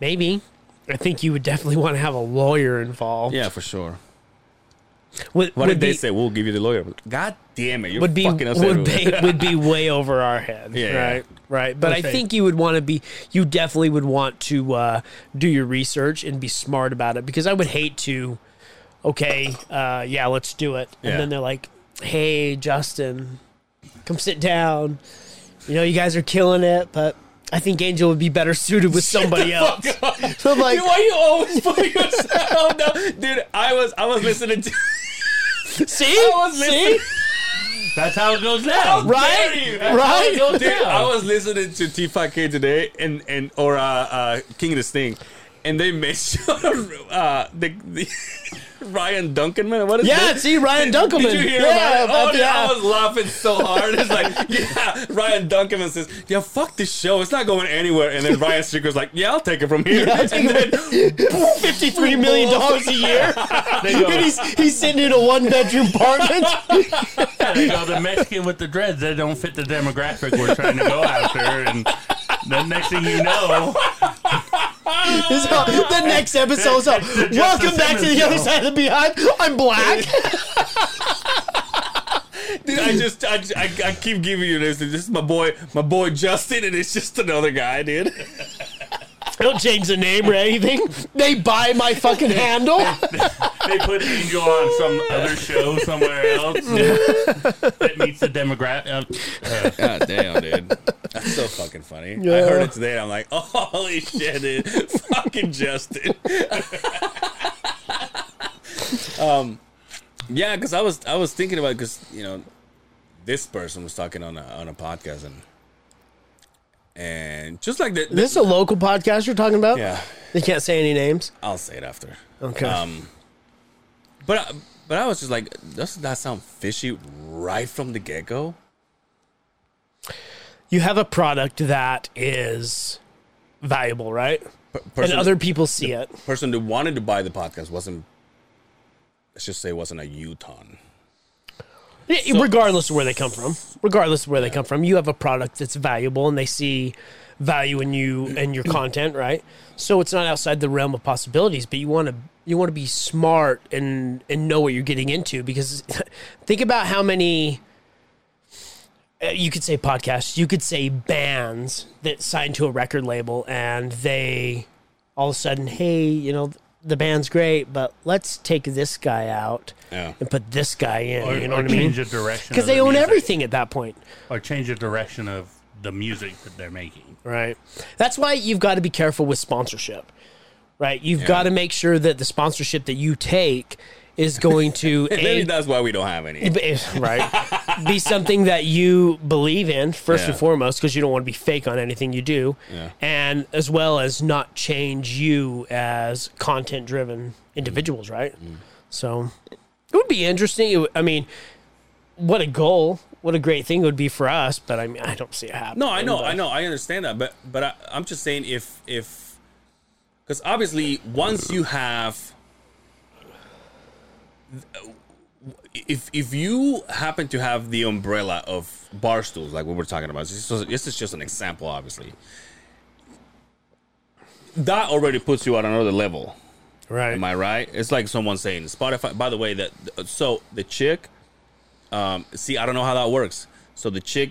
Speaker 3: Maybe. I think you would definitely want to have a lawyer involved.
Speaker 2: Yeah, for sure.
Speaker 3: Would,
Speaker 2: What
Speaker 3: would
Speaker 2: did they
Speaker 3: be,
Speaker 2: say? We'll give you the lawyer. God damn it! You're
Speaker 3: Would be
Speaker 2: fucking upset.
Speaker 3: would be, would be way over our head.
Speaker 2: Yeah, yeah.
Speaker 3: Right. Right. But I
Speaker 4: Okay.
Speaker 3: think you would want to be. You definitely would want to uh, do your research and be smart about it because I would hate to. Okay. Uh, yeah. Let's do it. And
Speaker 2: Yeah.
Speaker 3: then they're like, "Hey, Justin, come sit down. You know, you guys are killing it, but." I think Angel would be better suited with somebody else. So I'm like,
Speaker 2: Dude, why you always put yourself down? Dude, I was I was listening to
Speaker 3: see,
Speaker 2: was
Speaker 3: see,
Speaker 2: listening-
Speaker 4: That's how it goes down.
Speaker 2: Dare
Speaker 3: right,
Speaker 2: you.
Speaker 3: right.
Speaker 2: Dude, I was listening to T5K today and and or uh, uh King of the Sting and they mentioned uh the, the Ryan Duncanman, what is
Speaker 3: Yeah,
Speaker 2: this?
Speaker 3: see, Ryan
Speaker 2: Did-
Speaker 3: Dunkelman.
Speaker 2: Did you hear about
Speaker 3: yeah,
Speaker 2: it? Oh, dude,
Speaker 3: yeah.
Speaker 2: I was laughing so hard. It's like, yeah, Ryan Dunkelman says, yeah, fuck this show. It's not going anywhere. And then Ryan Sticker's like, yeah, I'll take it from here.
Speaker 3: I'll take
Speaker 2: and
Speaker 3: it
Speaker 2: then
Speaker 3: $53 million dollars a year.
Speaker 4: They go,
Speaker 3: and he's, he's sitting in a one bedroom apartment.
Speaker 4: they go, the Mexican with the dreads, they don't fit the demographic we're trying to go after. And the next thing you know,
Speaker 3: It's all- the next episode is up.
Speaker 4: Just
Speaker 3: Welcome
Speaker 4: the
Speaker 3: back to the
Speaker 4: Simmons
Speaker 3: other
Speaker 4: show."
Speaker 3: side of the beehive. I'm black.
Speaker 2: Dude, I just I, I, I keep giving you this. This is my boy, my boy Justin, and it's just another guy, dude.
Speaker 3: Don't change the name or anything. They buy my fucking handle.
Speaker 4: they put Angel on some other show somewhere else that meets the demographic. Uh,
Speaker 2: God damn, dude, that's so fucking funny. I
Speaker 3: Yeah.
Speaker 2: heard it today, and I'm like, oh, holy shit, dude, fucking Justin. um, Um, yeah, because I was I was thinking about because you know this person was talking on a on a podcast and and just like the,
Speaker 3: this is a local podcast you're talking about?
Speaker 2: yeah,
Speaker 3: They can't say any names.
Speaker 2: I'll say it after.
Speaker 3: Okay.
Speaker 2: Um, but I, but I was just like, doesn't that sound fishy right from the get go?
Speaker 3: you have a product that is valuable, right? and
Speaker 2: person-
Speaker 3: other people see it.
Speaker 2: person who wanted to buy the podcast wasn't let's just say wasn't a Uton.
Speaker 3: Yeah, regardless of where they come from, regardless of where they come from, you have a product that's valuable, and they see value in you and your content, right? So it's not outside the realm of possibilities. But you want to you want to be smart and and know what you're getting into because think about how many uh, you could say podcasts, you could say bands that signed to a record label and they all of a sudden, hey, you know. The band's great, but let's take this guy out
Speaker 2: Yeah.
Speaker 3: and put this guy in.
Speaker 4: Or,
Speaker 3: you know
Speaker 4: uh, or
Speaker 3: what I mean?
Speaker 4: change the direction
Speaker 3: because
Speaker 4: of
Speaker 3: they
Speaker 4: the
Speaker 3: own
Speaker 4: music.
Speaker 3: everything at that point.
Speaker 4: Or change the direction of the music that they're making.
Speaker 3: Right. That's why you've got to be careful with sponsorship. Right. You've got to make sure that the sponsorship that you take is going to
Speaker 2: Maybe
Speaker 3: aid,
Speaker 2: that's why we don't have any.
Speaker 3: right be something that you believe in first and
Speaker 2: Yeah.
Speaker 3: foremost because you don't want to be fake on anything you do,
Speaker 2: Yeah.
Speaker 3: and as well as not change you as content driven individuals. Right.
Speaker 2: Mm-hmm.
Speaker 3: So it would be interesting. It would- I mean, what a goal. What a great thing it would be for us, but I mean, I don't see it happening.
Speaker 2: No, I know,
Speaker 3: but-
Speaker 2: I know, I understand that, but but I, I'm just saying if if because obviously once you have if if you happen to have the umbrella of bar stools like we were talking about, this is, this is just an example, obviously. That already puts you at another level.
Speaker 3: Right.
Speaker 2: Am I right? It's like someone saying Spotify. By the way, that so the chick, um, see, I don't know how that works. So the chick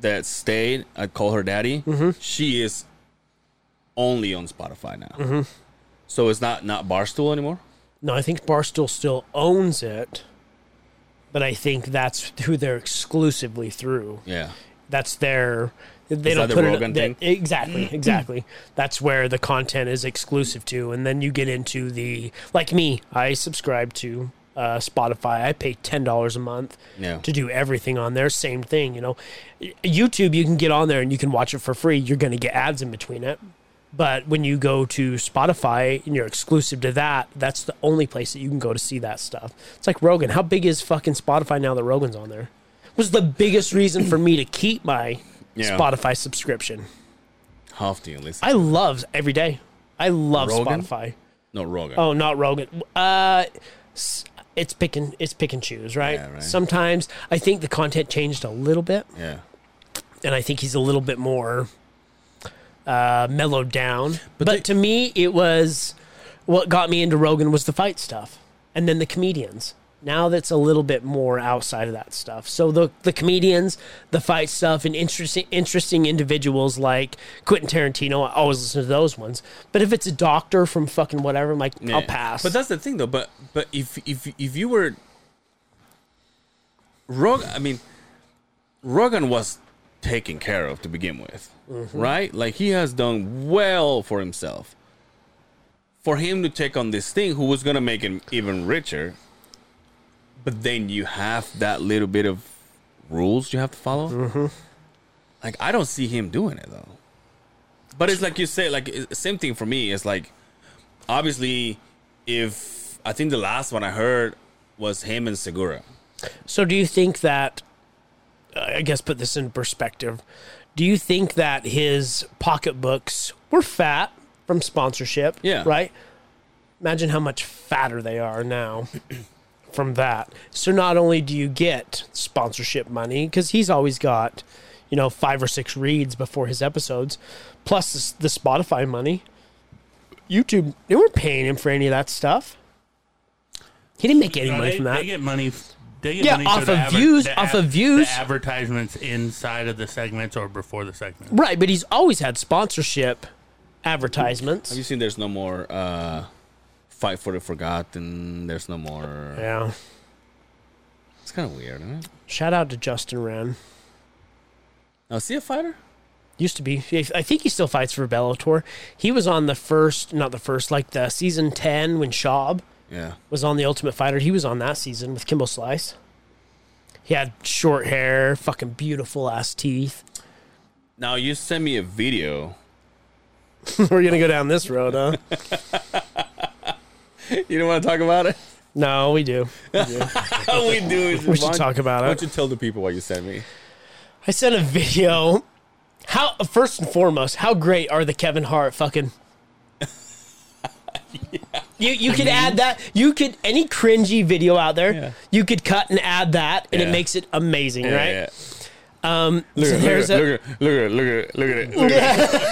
Speaker 2: that stayed, I call her daddy.
Speaker 3: Mm-hmm.
Speaker 2: She is only on Spotify now.
Speaker 3: Mm-hmm.
Speaker 2: So it's not not Barstool anymore.
Speaker 3: No, I think Barstool still owns it, but I think that's who they're exclusively through.
Speaker 2: Yeah,
Speaker 3: That's their. They
Speaker 2: Is
Speaker 3: don't
Speaker 2: that the
Speaker 3: put it-
Speaker 2: Rogan
Speaker 3: they-
Speaker 2: thing?
Speaker 3: Exactly, exactly. that's where the content is exclusive to, and then you get into the like me. I subscribe to uh, Spotify. I pay ten dollars a month
Speaker 2: Yeah.
Speaker 3: to do everything on there. Same thing, you know. Y- YouTube, you can get on there and you can watch it for free. You're going to get ads in between it. But when you go to Spotify and you're exclusive to that, that's the only place that you can go to see that stuff. It's like Rogan. How big is fucking Spotify now that Rogan's on there? Was the biggest reason for me to keep my
Speaker 2: Yeah.
Speaker 3: Spotify subscription.
Speaker 2: how often you listen?
Speaker 3: I love every day. I love
Speaker 2: Rogan?
Speaker 3: Spotify.
Speaker 2: no, Rogan.
Speaker 3: Oh, not Rogan. Uh, s- it's pick and it's pick and choose, right?
Speaker 2: Yeah, right.
Speaker 3: Sometimes I think the content changed a little bit,
Speaker 2: Yeah,
Speaker 3: and I think he's a little bit more uh, mellowed down. But,
Speaker 2: they-
Speaker 3: to me, it was what got me into Rogan was the fight stuff, and then the comedians. Now that's a little bit more outside of that stuff. So the the comedians, the fight stuff, and interesting interesting individuals like Quentin Tarantino. I always listen to those ones. But if it's a doctor from fucking whatever, I'm like, I'll
Speaker 2: Yeah.
Speaker 3: pass.
Speaker 2: But that's the thing, though. But but if if if you were Rogan, I mean, Rogan was taken care of to begin with,
Speaker 3: Mm-hmm.
Speaker 2: right? Like he has done well for himself. For him to take on this thing, who was gonna make him even richer, but then you have that little bit of rules you have to follow.
Speaker 3: Mm-hmm.
Speaker 2: Like I don't see him doing it though. But it's like you say, like it- same thing for me. It's like obviously if I think the last one I heard was him and Segura.
Speaker 3: So, do you think that, I guess, put this in perspective? Do you think that his pocketbooks were fat from sponsorship?
Speaker 2: Yeah.
Speaker 3: Right? Imagine how much fatter they are now from that. So, not only do you get sponsorship money, because he's always got, you know, five or six reads before his episodes, plus the Spotify money. YouTube, they weren't paying him for any of that stuff. He didn't make any
Speaker 4: No,
Speaker 3: money
Speaker 4: they,
Speaker 3: from that.
Speaker 4: They get money. f- They get
Speaker 3: Yeah,
Speaker 4: money
Speaker 3: off
Speaker 4: through the
Speaker 3: of views-
Speaker 4: the
Speaker 3: off of views.
Speaker 4: The advertisements inside of the segments or before the segment.
Speaker 3: Right, but he's always had sponsorship advertisements.
Speaker 2: You seen there's no more uh Fight for the Forgotten, there's no more
Speaker 3: Yeah.
Speaker 2: it's kinda weird, isn't it?
Speaker 3: Shout out to Justin Wren.
Speaker 2: Now is he a fighter?
Speaker 3: Used to be. I think he still fights for Bellator. He was on the first, not the first, like the season 10 when Schaub
Speaker 2: Yeah.
Speaker 3: was on The Ultimate Fighter. He was on that season with Kimbo Slice. He had short hair, fucking beautiful ass teeth.
Speaker 2: Now you sent me a video.
Speaker 3: We're going to go down this road, huh?
Speaker 2: You don't want to talk about it?
Speaker 3: no, we do.
Speaker 2: we do.
Speaker 3: We should talk
Speaker 2: Why
Speaker 3: about
Speaker 2: don't
Speaker 3: it.
Speaker 2: you tell the people what you sent me?
Speaker 3: I sent a video How first and foremost, how great are the Kevin Hart fucking? You you could add that. You could any cringy video out there.
Speaker 2: Yeah.
Speaker 3: You could cut and add that, and
Speaker 2: Yeah.
Speaker 3: it makes it amazing,
Speaker 2: Yeah,
Speaker 3: right?
Speaker 2: yeah.
Speaker 3: Um,
Speaker 2: Look
Speaker 3: so
Speaker 2: at
Speaker 3: there's
Speaker 2: it,
Speaker 3: a-
Speaker 2: look at it, look at it, look at it, look at it, look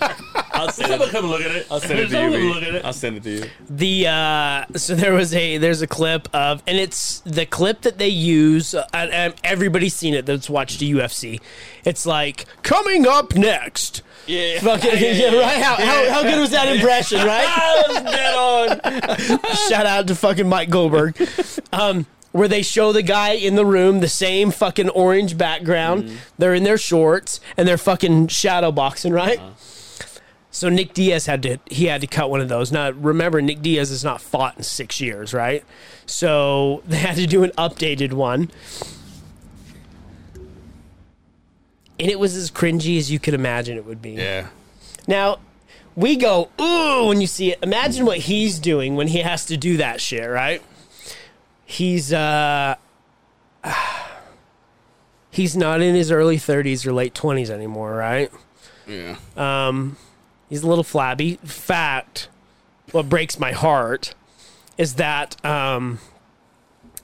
Speaker 2: at it. I'll send
Speaker 4: Someone
Speaker 2: it.
Speaker 4: come look at it.
Speaker 2: I'll send it to you.
Speaker 4: Someone
Speaker 2: B.
Speaker 4: look at it.
Speaker 2: I'll send it to you.
Speaker 3: the uh, so there was a there's a clip of and it's the clip that they use uh, and, and everybody's seen it that's watched the UFC. It's like coming up next.
Speaker 2: Yeah.
Speaker 3: Fucking, yeah, right? How, how, how good was that impression, right?
Speaker 2: Dead on.
Speaker 3: Shout out to fucking Mike Goldberg. Um, where they show the guy in the room, the same fucking orange background. They're in their shorts and they're fucking shadow boxing, right? So Nick Diaz had to he had to cut one of those. Now remember, Nick Diaz has not fought in six years, right? So they had to do an updated one. And it was as cringy as you could imagine it would be.
Speaker 2: Yeah.
Speaker 3: Now, we go, ooh, when you see it. Imagine what he's doing when he has to do that shit, right? He's, uh, he's not in his early 30s or late 20s anymore, right?
Speaker 2: Yeah.
Speaker 3: He's a little flabby. Fact, what breaks my heart is that, um,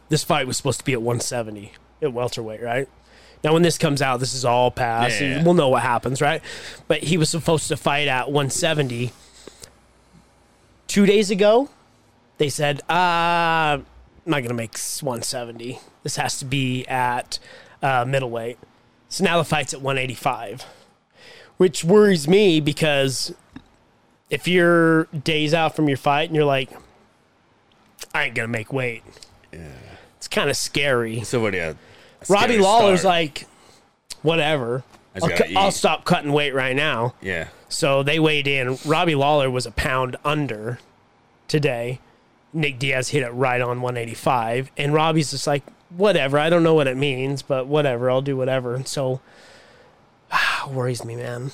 Speaker 3: this fight was supposed to be at 170 at welterweight, right? Now, when this comes out, this is all past.
Speaker 2: Yeah.
Speaker 3: and We'll know what happens, right? But he was supposed to fight at 170. Two days ago, they said, uh, I'm not going to make s- 170. This has to be at uh, middleweight. So now the fight's at 185, which worries me because if you're days out from your fight and you're like, I ain't going to make weight it's kind of scary.
Speaker 2: It's already a, a
Speaker 3: Robbie
Speaker 2: scary
Speaker 3: Lawler's
Speaker 2: start.
Speaker 3: like, whatever.
Speaker 2: I just
Speaker 3: I'll,
Speaker 2: gotta
Speaker 3: cu- I'll
Speaker 2: eat.
Speaker 3: stop cutting weight right now.
Speaker 2: Yeah.
Speaker 3: So they weighed in. Robbie Lawler was a pound under today. Nick Diaz hit it right on 185. And Robbie's just like, whatever. I don't know what it means, but whatever. I'll do whatever. And so, worries me, man.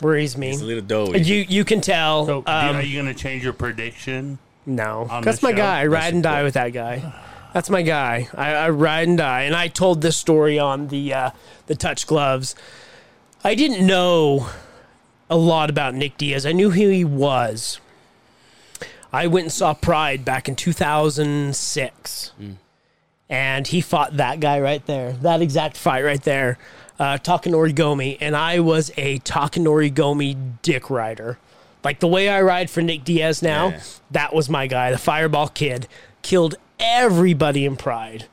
Speaker 3: Worries me.
Speaker 2: It's a little doughy.
Speaker 3: You you can tell.
Speaker 4: So, do-
Speaker 3: um,
Speaker 4: are you going to change your prediction?
Speaker 3: No,
Speaker 4: on
Speaker 3: that's
Speaker 4: the
Speaker 3: my
Speaker 4: show.
Speaker 3: guy. I ride and die with that guy. That's my guy. I, I ride and die. And I told this story on the uh, the touch gloves. I didn't know a lot about Nick Diaz. I knew who he was. I went and saw Pride back in 2006, and he fought that guy right there, that exact fight right there, uh, Takanori Gomi, and I was a Takanori Gomi dick rider. Like the way I ride for Nick Diaz now,
Speaker 2: Yeah.
Speaker 3: that was my guy, the Fireball Kid, killed everybody in Pride.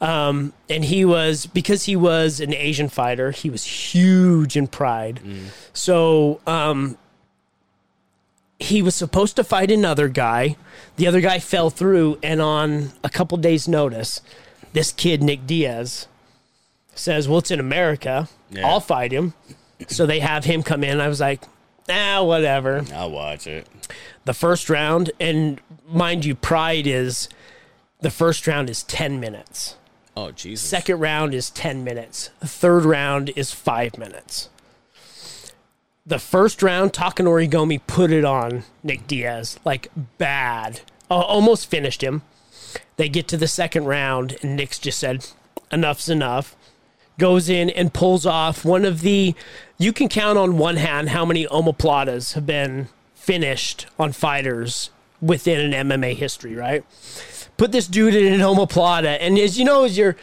Speaker 3: Um, and he was because he was an Asian fighter, he was huge in Pride. So um, he was supposed to fight another guy. The other guy fell through, and on a couple days' notice, this kid Nick Diaz says, "Well, it's in America.
Speaker 2: Yeah.
Speaker 3: I'll fight him." So they have him come in. I was like, "Ah, whatever."
Speaker 2: I'll watch it.
Speaker 3: The first round, and mind you, Pride is the first round is ten minutes.
Speaker 2: Oh Jesus.
Speaker 3: Second round is 10 minutes. Third round is five minutes. The first round, Takanori Gomi put it on Nick Diaz like bad. Al- Almost finished him. They get to the second round, and Nick's just said, enough's enough. Goes in and pulls off one of the. You can count on one hand how many omoplatas have been finished on fighters within an MMA history, right? put this dude in an omoplata. And as you know, as you're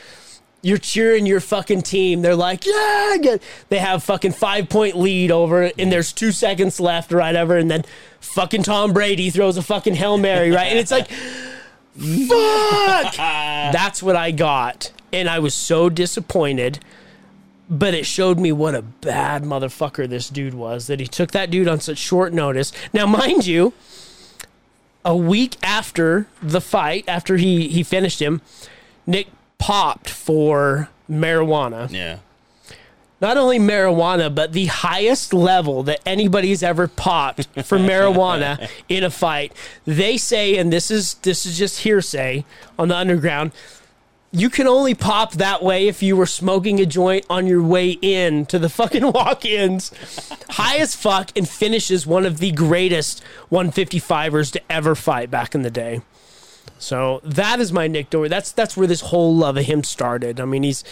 Speaker 3: you're cheering your fucking team, they're like, yeah, get-" they have fucking five point lead over, and there's two seconds left, right over, and then fucking Tom Brady throws a fucking hail mary, right, and it's like, fuck, that's what I got, and I was so disappointed. But it showed me what a bad motherfucker this dude was that he took that dude on such short notice. Now, mind you, a week after the fight, after he he finished him, Nick popped for marijuana.
Speaker 2: Yeah.
Speaker 3: Not only marijuana, but the highest level that anybody's ever popped for marijuana in a fight. They say, and this is this is just hearsay on the underground. You can only pop that way if you were smoking a joint on your way in to the fucking walk-ins. High as fuck and finishes one of the greatest 155ers to ever fight back in the day. So that is my Nick Dory. That's that's where this whole love of him started. I mean, he's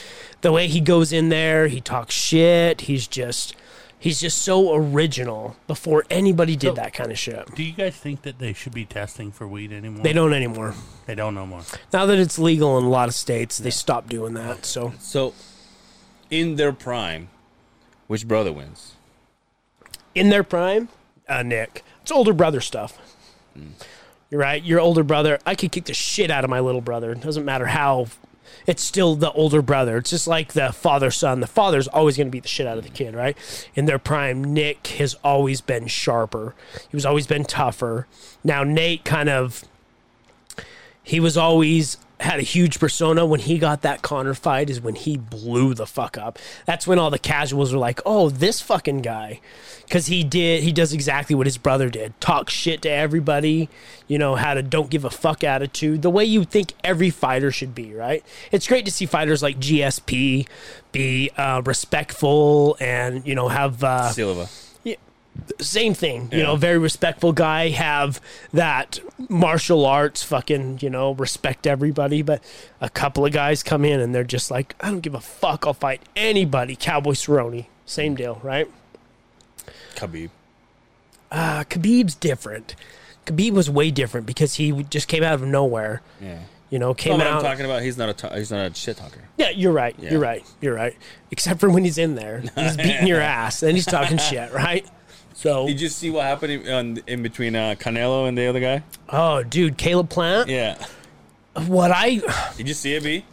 Speaker 3: the way he goes in there, he talks shit. He's just he's just so original. Before anybody did that kind of shit,
Speaker 4: Do you guys think that they should be testing for weed anymore?
Speaker 3: they don't anymore.
Speaker 4: They don't no more.
Speaker 3: Now that it's legal in a lot of states, they stopped doing that. So
Speaker 2: So, in their prime, which brother wins?
Speaker 3: in their prime, uh, Nick, it's older brother stuff. You're right. Your older brother, I could kick the shit out of my little brother. It doesn't matter how. It's still the older brother. It's just like the father son. The father's always going to beat the shit out of the kid, right? In their prime, Nick has always been sharper. He was always been tougher. Now Nate kind of he was always had a huge persona when he got that Connor fight is when he blew the fuck up. That's when all the casuals were like, "Oh, this fucking guy." Cuz he did he does exactly what his brother did. Talk shit to everybody, you know, had a don't give a fuck attitude, the way you think every fighter should be, right? It's great to see fighters like GSP be uh, respectful and, you know, have uh,
Speaker 2: Silva.
Speaker 3: same thing. You
Speaker 2: Yeah.
Speaker 3: know, very respectful guy, have that martial arts fucking, you know, respect everybody. But a couple of guys come in and they're just like, I don't give a fuck. I'll fight anybody. Cowboy Cerrone, same deal, right?
Speaker 2: Khabib.
Speaker 3: Uh, Khabib's different. Khabib was way different because he just came out of nowhere.
Speaker 2: Yeah.
Speaker 3: You know,
Speaker 2: No,
Speaker 3: came
Speaker 2: but I'm
Speaker 3: out.
Speaker 2: talking about he's not a ta- he's not a shit talker.
Speaker 3: yeah, you're right.
Speaker 2: Yeah.
Speaker 3: You're right. You're right. Except for when he's in there, he's beating your ass and he's talking shit, right? So,
Speaker 2: Did you see what happened in, on, in between uh, Canelo and the other guy?
Speaker 3: oh, dude, Caleb Plant.
Speaker 2: Yeah.
Speaker 3: What I
Speaker 2: Did you see it, B?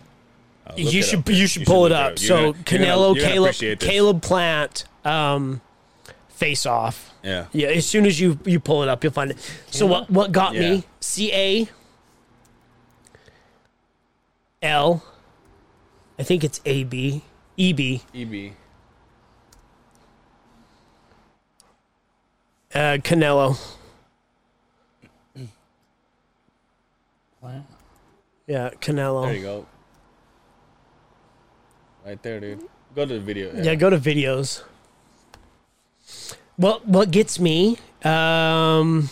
Speaker 2: Oh, look
Speaker 3: you
Speaker 2: it
Speaker 3: should
Speaker 2: dude.
Speaker 3: you should pull
Speaker 2: look
Speaker 3: it up.
Speaker 2: You're
Speaker 3: So
Speaker 2: gonna- you're gonna-
Speaker 3: Canelo,
Speaker 2: you're gonna appreciate
Speaker 3: Caleb,
Speaker 2: this.
Speaker 3: Caleb Plant, um, face off.
Speaker 2: Yeah.
Speaker 3: Yeah, as soon as you you pull it up, you'll find it. So what what got
Speaker 2: Yeah.
Speaker 3: me? C A L, I think it's A B E B.
Speaker 2: EB.
Speaker 3: Uh, Canelo.
Speaker 4: What?
Speaker 2: There
Speaker 3: Yeah, Canelo.
Speaker 2: you go. Right there, dude. Go to the video.
Speaker 3: Yeah, go to videos. What what gets me? Um,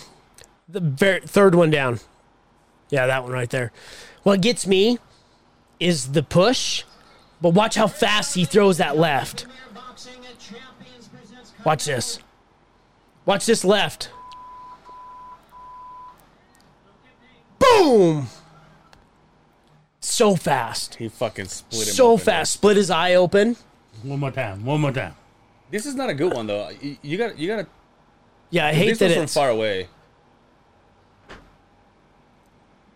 Speaker 3: the ver- third one down. Yeah, that one right there. What gets me is the push, but watch how fast he throws that left. Watch this. Watch this left. Boom! So fast.
Speaker 2: He fucking split him
Speaker 3: So
Speaker 2: open, dude.
Speaker 3: fast. Split his eye open.
Speaker 4: One more time. One more time.
Speaker 2: This is not a good one though. You, you got you got to
Speaker 3: Yeah, I hate
Speaker 2: this
Speaker 3: that
Speaker 2: was from
Speaker 3: it's
Speaker 2: far away.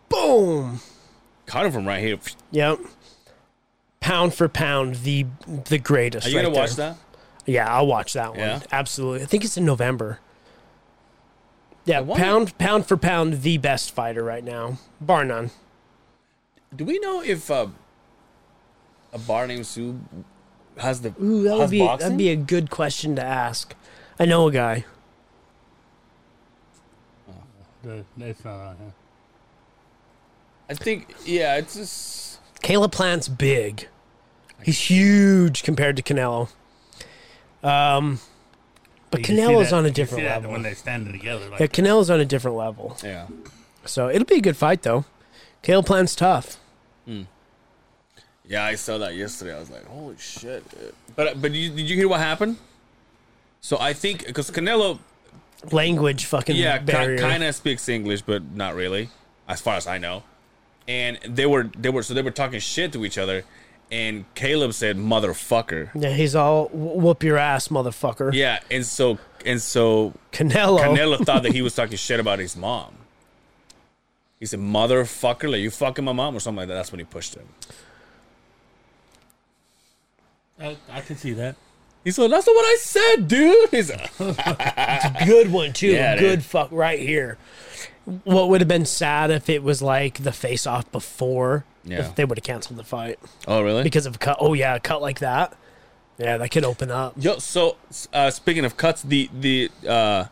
Speaker 3: boom.
Speaker 2: Caught him from right here.
Speaker 3: Yep. Pound for pound, the the greatest.
Speaker 2: Are you
Speaker 3: right
Speaker 2: gonna watch
Speaker 3: there.
Speaker 2: that?
Speaker 3: Yeah, I'll watch that one.
Speaker 2: Yeah?
Speaker 3: Absolutely. I think it's in November. Yeah,
Speaker 2: wonder-
Speaker 3: pound pound for pound, the best fighter right now, bar none.
Speaker 2: Do we know if uh, a bar named Sue has the
Speaker 3: Ooh, that would
Speaker 2: has
Speaker 3: be
Speaker 2: boxing?
Speaker 3: that'd be a good question to ask. I know a guy.
Speaker 4: The- It's not on here.
Speaker 2: I think yeah. It's just
Speaker 3: Caleb Plant's big. He's huge compared to Canelo. Um, but
Speaker 4: You see
Speaker 3: Canelo's
Speaker 4: that-
Speaker 3: on a
Speaker 4: you
Speaker 3: different
Speaker 4: see that
Speaker 3: level.
Speaker 4: When they're standing together, like
Speaker 3: Yeah, Canelo's on a different level.
Speaker 2: yeah.
Speaker 3: So it'll be a good fight though. Caleb Plant's tough.
Speaker 2: Yeah, I saw that yesterday. I was like, "Holy shit!" dude. But but you, did you hear what happened? So I think because Canelo,
Speaker 3: language fucking
Speaker 2: yeah,
Speaker 3: barrier.
Speaker 2: kind of speaks English, but not really, as far as I know. And they were they were so they were talking shit to each other, and Caleb said "motherfucker."
Speaker 3: Yeah, he's all "Wh- whoop your ass, motherfucker.
Speaker 2: Yeah, and so and so
Speaker 3: Canelo.
Speaker 2: Canelo thought that he was talking shit about his mom. He said, "Motherfucker, like you fucking my mom" or something like that. That's when he pushed him.
Speaker 4: I, I can see that.
Speaker 2: He said, "That's not what I said, dude." He's
Speaker 3: good one too.
Speaker 2: Yeah, dude.
Speaker 3: good fuck right here. What would have been sad if it was like the face off before
Speaker 2: Yeah.
Speaker 3: if they would have canceled the fight
Speaker 2: "Oh, really?"
Speaker 3: because of a cut. Oh yeah, a cut like that. Yeah, that could open up.
Speaker 2: Yo, so uh, speaking of cuts, the the uh,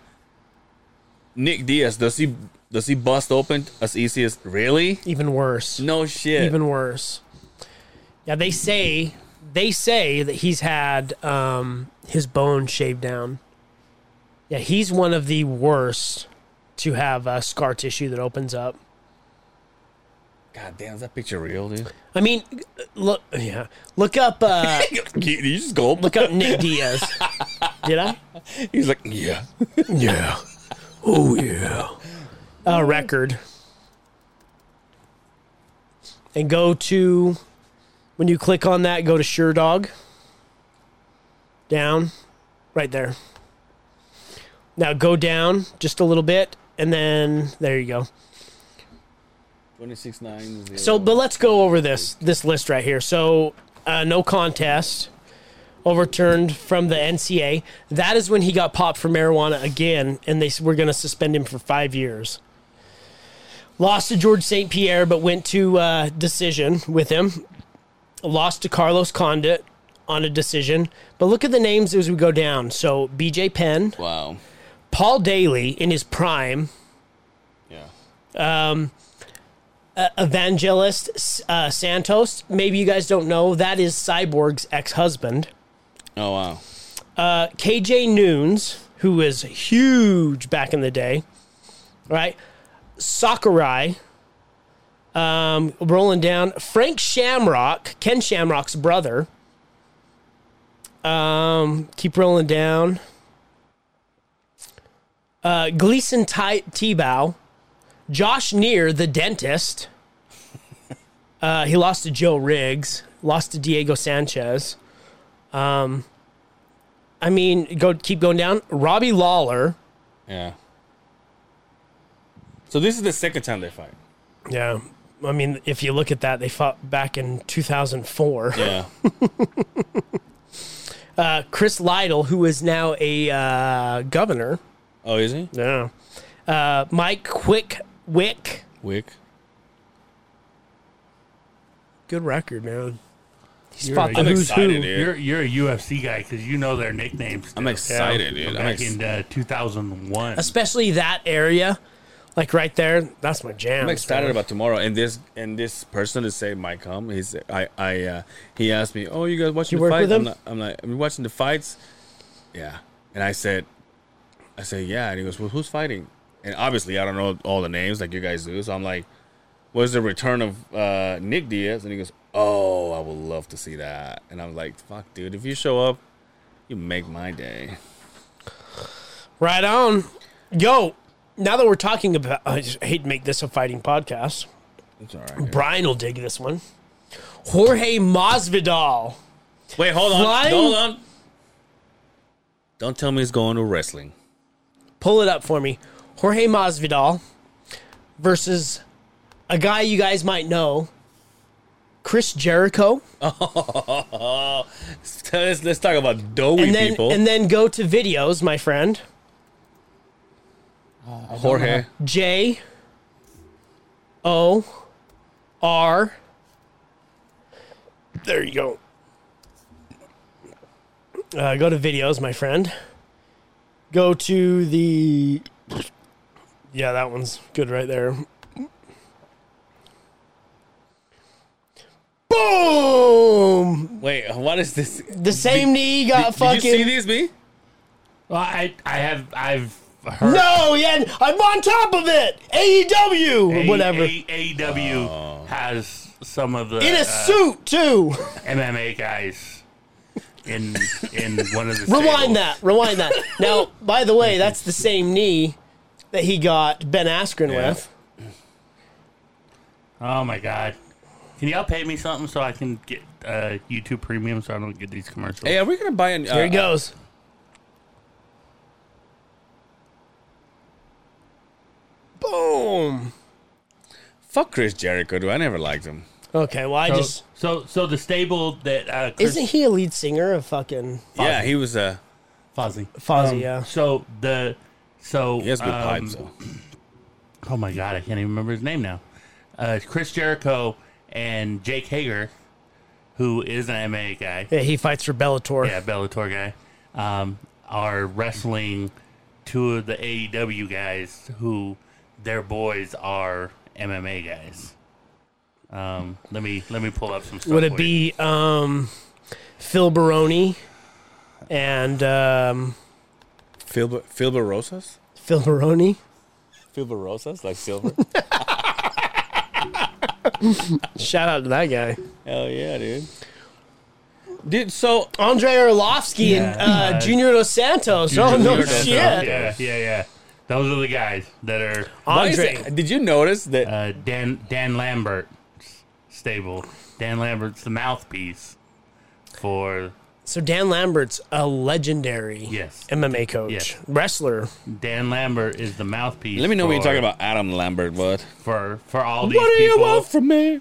Speaker 2: Nick Diaz does he does he bust open as easy as really?
Speaker 3: Even worse.
Speaker 2: No shit.
Speaker 3: Even worse. Yeah, they say they say that he's had um, his bone shaved down. Yeah, he's one of the worst to have uh, scar tissue that opens up.
Speaker 2: God damn, is that picture real, dude?
Speaker 3: I mean, look, yeah, look up, uh,
Speaker 2: you you just go
Speaker 3: look up Nick Diaz. Did I?
Speaker 2: He's like, yeah.
Speaker 3: Yeah. Oh yeah. A record. And go to when you click on that, go to Sure Dog. Down, right there. Now go down just a little bit, and then there you go.
Speaker 2: Twenty six nine.
Speaker 3: So, but let's go over this this list right here. So, uh, no contest overturned from the NCA. That is when he got popped for marijuana again, and they s- were going to suspend him for five years. Lost to George St. Pierre, but went to uh, decision with him. Lost to Carlos Condit on a decision. But look at the names as we go down. So, BJ Penn,
Speaker 2: wow.
Speaker 3: Paul Daly in his prime,
Speaker 2: Yeah.
Speaker 3: Evangelist uh, Santos. Maybe you guys don't know that is Cyborg's ex-husband.
Speaker 2: Oh wow.
Speaker 3: Uh, KJ Noons, who was huge back in the day, right? Sakurai, um, rolling down. Frank Shamrock, Ken Shamrock's brother. Um, keep rolling down. Uh, Gleason Ty- Tebow, Josh Neer, the dentist. Uh, he lost to Joe Riggs, lost to Diego Sanchez. I mean, go keep going down. Robbie Lawler.
Speaker 2: Yeah. So this is the second time they fight.
Speaker 3: Yeah. I mean, if you look at that, they fought back in 2004.
Speaker 2: Yeah.
Speaker 3: Uh, Chris Lytle, who is now a uh, governor.
Speaker 2: oh, is he?
Speaker 3: Yeah. Uh, Mike Quick Wick.
Speaker 2: Wick.
Speaker 3: Good record, man. He's
Speaker 4: You're
Speaker 3: fought
Speaker 4: right.
Speaker 3: the
Speaker 4: I'm
Speaker 3: who's
Speaker 2: excited,
Speaker 3: who.
Speaker 2: dude.
Speaker 4: You're you're a UFC guy because you know their nicknames.
Speaker 2: I'm
Speaker 4: now.
Speaker 2: excited, dude. I'm
Speaker 4: Back
Speaker 2: ex-
Speaker 4: in uh, 2001.
Speaker 3: Especially that area, like right there. That's my jam.
Speaker 2: I'm excited about tomorrow. And this and this person to say might come. He's I I uh, he asked me, "Oh, you guys watching
Speaker 3: You
Speaker 2: the
Speaker 3: work
Speaker 2: fight?"
Speaker 3: with
Speaker 2: I'm,
Speaker 3: him?
Speaker 2: not, I'm like, "Are you watching the fights?" Yeah. And I said, I said, "Yeah." And he goes, "Well, who's fighting?" And obviously, I don't know all the names like you guys do. So I'm like, "Was the return of uh, Nick Diaz?" And he goes, "Oh, I would love to see that." And I'm like, "Fuck, dude! If you show up, you make my day."
Speaker 3: Right on. Yo, now that we're talking about, I just hate to make this a fighting podcast.
Speaker 2: It's all right. dude.
Speaker 3: Brian will dig this one. Jorge Masvidal.
Speaker 2: Wait, hold on.
Speaker 3: Flying-
Speaker 2: Hold on. Don't tell me he's going to wrestling.
Speaker 3: pull it up for me. Jorge Masvidal versus a guy you guys might know, Chris Jericho,
Speaker 2: So let's, let's talk about doughy
Speaker 3: and then
Speaker 2: people.
Speaker 3: and then go to videos, my friend.
Speaker 2: Jorge.
Speaker 3: J O R. There you go. Uh, go to videos, my friend. Go to the. Yeah, that one's good right there. Boom!
Speaker 2: Wait, what is this?
Speaker 3: The same knee got
Speaker 2: Did
Speaker 3: fucking.
Speaker 2: you see these, B?
Speaker 4: well, I I have I've heard
Speaker 3: no, yeah, I'm on top of it. AEW,
Speaker 2: E
Speaker 4: A-
Speaker 3: whatever.
Speaker 4: A- AEW has some of the
Speaker 3: In a
Speaker 4: uh,
Speaker 3: suit too.
Speaker 4: MMA guys in in one of the
Speaker 3: Rewind
Speaker 4: tables.
Speaker 3: that. Rewind that. Now, by the way, that's the same knee that he got Ben Askren
Speaker 2: Yeah.
Speaker 3: with.
Speaker 4: Oh my god! Can y'all pay me something so I can get uh, YouTube Premium so I don't get these commercials?
Speaker 2: Hey, are we going to buy an. Uh,
Speaker 3: Here he goes. Boom.
Speaker 2: Fuck Chris Jericho, dude. I never liked him.
Speaker 3: Okay, well, I
Speaker 4: so,
Speaker 3: just.
Speaker 4: so so the stable that uh, Chris
Speaker 3: Isn't he a lead singer of fucking
Speaker 2: Yeah, he was uh, a.
Speaker 4: Fozzy.
Speaker 2: Um,
Speaker 3: Fozzy? yeah.
Speaker 4: So the so
Speaker 2: He has good
Speaker 4: um,
Speaker 2: pipes, though.
Speaker 4: Oh my god, I can't even remember his name now. Uh, Chris Jericho and Jake Hager, who is an MMA guy,
Speaker 3: Yeah, he fights for Bellator.
Speaker 4: yeah, Bellator guy, um, are wrestling two of the AEW guys who their boys are MMA guys. Um, let me let me pull up some. Stuff
Speaker 3: Would it
Speaker 4: for you.
Speaker 3: be um, Phil Baroni and um,
Speaker 2: Filber, Filber Rosas?
Speaker 3: Phil Baroni?
Speaker 2: Filber Rosas? Like silver?
Speaker 3: Shout out to that guy.
Speaker 2: Hell yeah, dude. Dude, so
Speaker 3: Andre Orlovsky and uh, Junior Dos Santos. Oh, no shit.
Speaker 4: Junior Dos Santos. Yeah, yeah, yeah. Those are the guys that are
Speaker 2: why is
Speaker 3: Andre.
Speaker 2: it- did you notice that?
Speaker 4: uh, Dan Dan Lambert stable. Dan Lambert's the mouthpiece for
Speaker 3: So Dan Lambert's a legendary
Speaker 4: Yes.
Speaker 3: MMA coach,
Speaker 4: Yes.
Speaker 3: wrestler.
Speaker 4: Dan Lambert is the mouthpiece.
Speaker 2: let me know
Speaker 4: for,
Speaker 2: what you're talking about, Adam Lambert. What?
Speaker 4: for for all these
Speaker 2: What do you
Speaker 4: people
Speaker 2: want from me?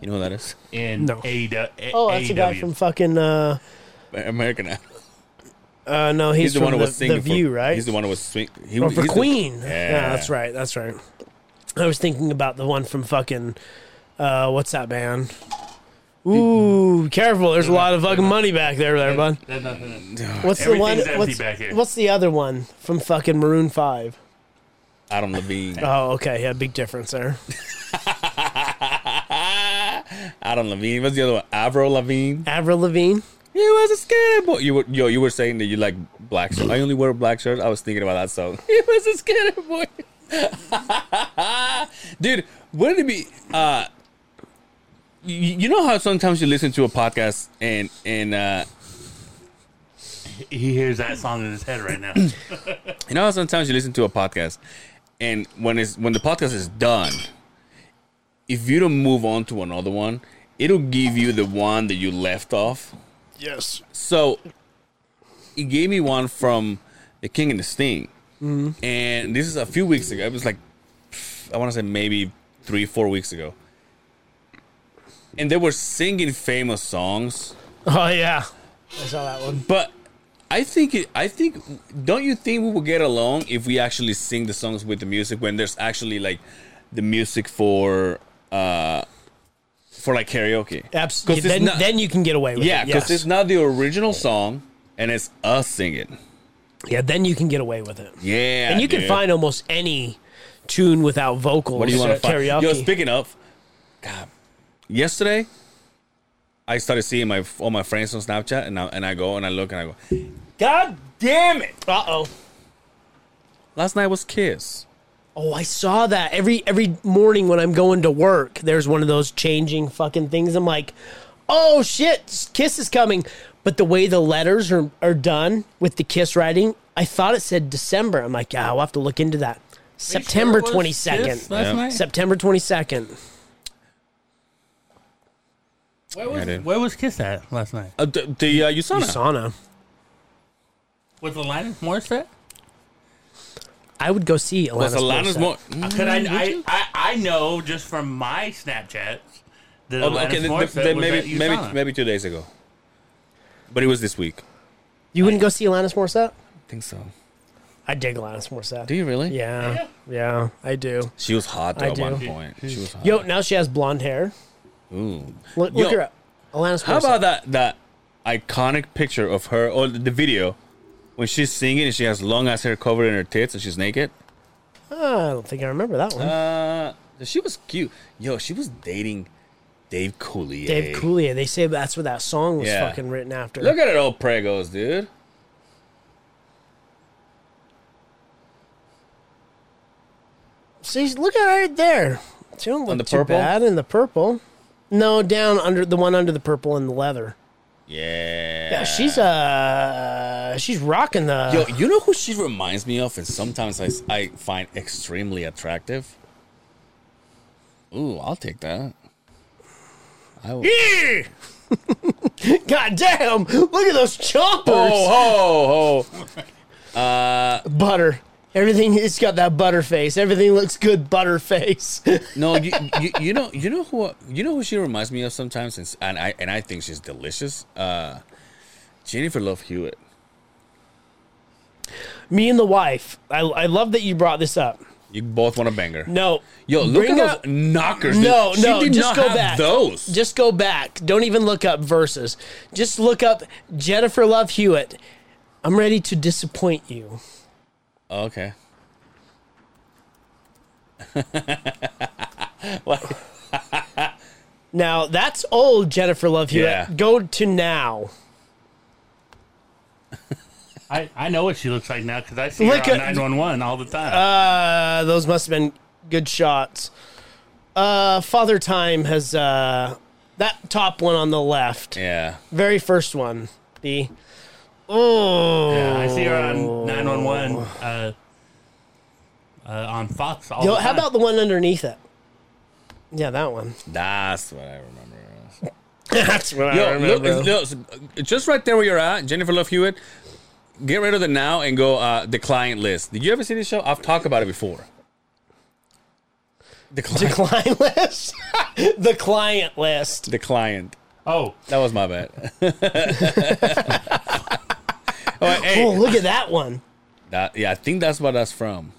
Speaker 2: You know who that is?
Speaker 4: in E
Speaker 3: No.
Speaker 4: AEW.
Speaker 3: Oh, that's a
Speaker 4: E
Speaker 2: E
Speaker 3: guy from fucking. Uh,
Speaker 2: American Idol.
Speaker 3: uh, no, he's,
Speaker 2: He's the
Speaker 3: from
Speaker 2: one who
Speaker 3: the,
Speaker 2: was singing
Speaker 3: the
Speaker 2: for-
Speaker 3: View, right?
Speaker 2: He's the one who was swing. He,
Speaker 3: Oh, for
Speaker 2: he's the-
Speaker 3: Queen. yeah.
Speaker 2: Yeah.
Speaker 3: that's right. That's right. I was thinking about the one from fucking. Uh, what's that band? Ooh, careful! There's a lot of fucking money back there, there, bud.
Speaker 4: There's nothing-
Speaker 3: What's the one?
Speaker 4: Everything's empty
Speaker 3: What's,
Speaker 4: back here.
Speaker 3: what's the other one from fucking Maroon Five?
Speaker 2: Adam Levine.
Speaker 3: Oh, okay, yeah, big difference there.
Speaker 2: Adam Levine. What's the other one? Avril Levine.
Speaker 3: Avril Lavigne.
Speaker 2: He was a skinny boy. You were, yo, you were saying that you like black shirts. I only wear black shirts. I was thinking about that song. He was a skinny boy. Dude, wouldn't it be? Uh, you, you know how sometimes you listen to a podcast and and uh,
Speaker 4: He hears that song in his head right now.
Speaker 2: You know how sometimes you listen to a podcast, and when it's when the podcast is done, if you don't move on to another one, it'll give you the one that you left off.
Speaker 3: Yes.
Speaker 2: So, it gave me one from The King and the Sting, and this is a few weeks ago. It was like I want to say maybe three, four weeks ago, and they were singing famous songs.
Speaker 3: Oh yeah, I saw that one.
Speaker 2: But I think it, I think don't you think we will get along if we actually sing the songs with the music when there's actually like the music for uh for like karaoke.
Speaker 3: Absolutely.
Speaker 2: 'Cause it's
Speaker 3: Then,
Speaker 2: not-
Speaker 3: then you can get away with
Speaker 2: yeah,
Speaker 3: it.
Speaker 2: because
Speaker 3: Uh, yes.
Speaker 2: it's not the original song and it's us singing.
Speaker 3: yeah, then you can get away with it.
Speaker 2: Yeah,
Speaker 3: and you can
Speaker 2: dude.
Speaker 3: find almost any tune without vocals.
Speaker 2: what do you want to
Speaker 3: at
Speaker 2: find?
Speaker 3: Karaoke.
Speaker 2: Yo, speaking of, God, yesterday I started seeing my all my friends on Snapchat and I, and I go and I look and I go, God damn it!
Speaker 3: uh oh.
Speaker 2: Last night was Kiss.
Speaker 3: Oh, I saw that every every morning when I'm going to work. There's one of those changing fucking things. I'm like, oh shit, Kiss is coming. But the way the letters are, are done with the Kiss writing, I thought it said December. I'm like, yeah, I'll have to look into that. September
Speaker 4: it was
Speaker 3: twenty
Speaker 4: Kiss
Speaker 3: second.
Speaker 4: last
Speaker 2: Yeah.
Speaker 4: night?
Speaker 3: September twenty second.
Speaker 4: Where
Speaker 2: Yeah, I
Speaker 4: was,
Speaker 2: did.
Speaker 4: where was Kiss at last night?
Speaker 2: Uh, the the uh, Usana.
Speaker 3: Sauna.
Speaker 4: Was Alanis Morissette?
Speaker 3: I would go see Alanis.
Speaker 2: Was Alanis
Speaker 3: Morissette.
Speaker 2: more?
Speaker 4: Uh, Could I, I, I, I know just from my Snapchat that
Speaker 2: Oh,
Speaker 4: Alanis
Speaker 2: okay, then,
Speaker 4: Morissette
Speaker 2: then
Speaker 4: was at
Speaker 2: maybe maybe
Speaker 4: USANA.
Speaker 2: maybe two days ago, but it was this week.
Speaker 3: You wouldn't go see Alanis Morissette?
Speaker 2: I think so.
Speaker 3: I dig Alanis Morissette.
Speaker 2: Do you really?
Speaker 3: Yeah, yeah, I do.
Speaker 2: She was hot though,
Speaker 3: I
Speaker 2: at
Speaker 3: do.
Speaker 2: one point. She was hot.
Speaker 3: Yo, now she has blonde hair.
Speaker 2: Ooh.
Speaker 3: Look,
Speaker 2: Yo,
Speaker 3: look her up. Alanis Morissette.
Speaker 2: How about that that iconic picture of her or the video when she's singing and she has long ass hair covered in her tits and she's naked?
Speaker 3: Ah, I don't think I remember that one.
Speaker 2: Uh, she was cute. Yo, she was dating Dave Coulier.
Speaker 3: Dave Coulier. They say that's where that song was
Speaker 2: Yeah.
Speaker 3: fucking written after.
Speaker 2: Look at it, old pregos, dude.
Speaker 3: See, look at it right there. She don't look
Speaker 2: the
Speaker 3: too
Speaker 2: purple?
Speaker 3: bad in the purple. No, down under the one under the purple and the leather.
Speaker 2: Yeah.
Speaker 3: Yeah, she's uh, she's rocking the.
Speaker 2: Yo, you know who she reminds me of, and sometimes I, I find extremely attractive. Ooh, I'll take that. I will.
Speaker 3: Yeah! God damn! Look at those chompers.
Speaker 2: Oh, ho, ho.
Speaker 3: Butter. Everything. It's got that butter face. Everything looks good. Butter face.
Speaker 2: No, you, you, you know you know who you know who she reminds me of sometimes, and, s- and I and I think she's delicious. Uh, Jennifer Love Hewitt.
Speaker 3: Me and the wife. I, I love that you brought this up.
Speaker 2: You both want to bang her.
Speaker 3: No.
Speaker 2: Yo, look at
Speaker 3: Bring
Speaker 2: those
Speaker 3: up-
Speaker 2: knockers. dude.
Speaker 3: No,
Speaker 2: She
Speaker 3: no,
Speaker 2: did
Speaker 3: just
Speaker 2: not
Speaker 3: go
Speaker 2: have
Speaker 3: back.
Speaker 2: Those.
Speaker 3: Just go back. Don't even look up verses. Just look up Jennifer Love Hewitt. I'm ready to disappoint you.
Speaker 2: Okay. what?
Speaker 3: Now that's old Jennifer Love Hewitt.
Speaker 2: Yeah.
Speaker 3: Go to now.
Speaker 4: I, I know what she looks like now because I see
Speaker 3: Look
Speaker 4: her on
Speaker 3: at-
Speaker 2: Oh.
Speaker 4: 911 all the time.
Speaker 3: Uh, those must have been good shots. Uh, Father Time has uh, that top one on the left,
Speaker 2: Yeah.
Speaker 3: very first one. The oh,
Speaker 4: Yeah, I see her on 911 uh, uh, on Fox. All
Speaker 3: Yo,
Speaker 4: the
Speaker 3: how
Speaker 4: time.
Speaker 3: about the one underneath it? Yeah, that one.
Speaker 2: That's what I remember.
Speaker 3: That's what I
Speaker 2: Yo, look,
Speaker 3: remember.
Speaker 2: look, just right there where you're at, Jennifer Love Hewitt. Get rid of the now and go uh, the client list. Did you ever see this show? I've talked about it before. The client.
Speaker 3: Decline list, the client list.
Speaker 2: The client.
Speaker 4: Oh,
Speaker 2: That was my bad. All right, hey.
Speaker 3: Oh, look at that one.
Speaker 2: That- yeah, I think that's what that's from.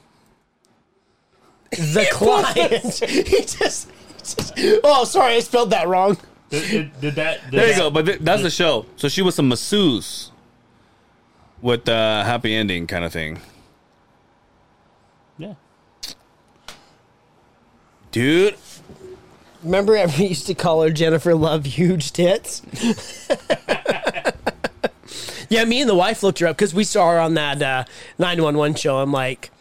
Speaker 3: The client. he just. he just- Oh, sorry, I spelled that wrong.
Speaker 4: did, did, did that? Did
Speaker 2: There you
Speaker 4: that-
Speaker 2: go. But th- that's the show. So she was a masseuse with uh, happy ending kind of thing.
Speaker 4: Yeah.
Speaker 2: Dude,
Speaker 3: Remember, I used to call her Jennifer Love Huge Tits. yeah, me and the wife looked her up because we saw her on that uh, nine one one show. I'm like,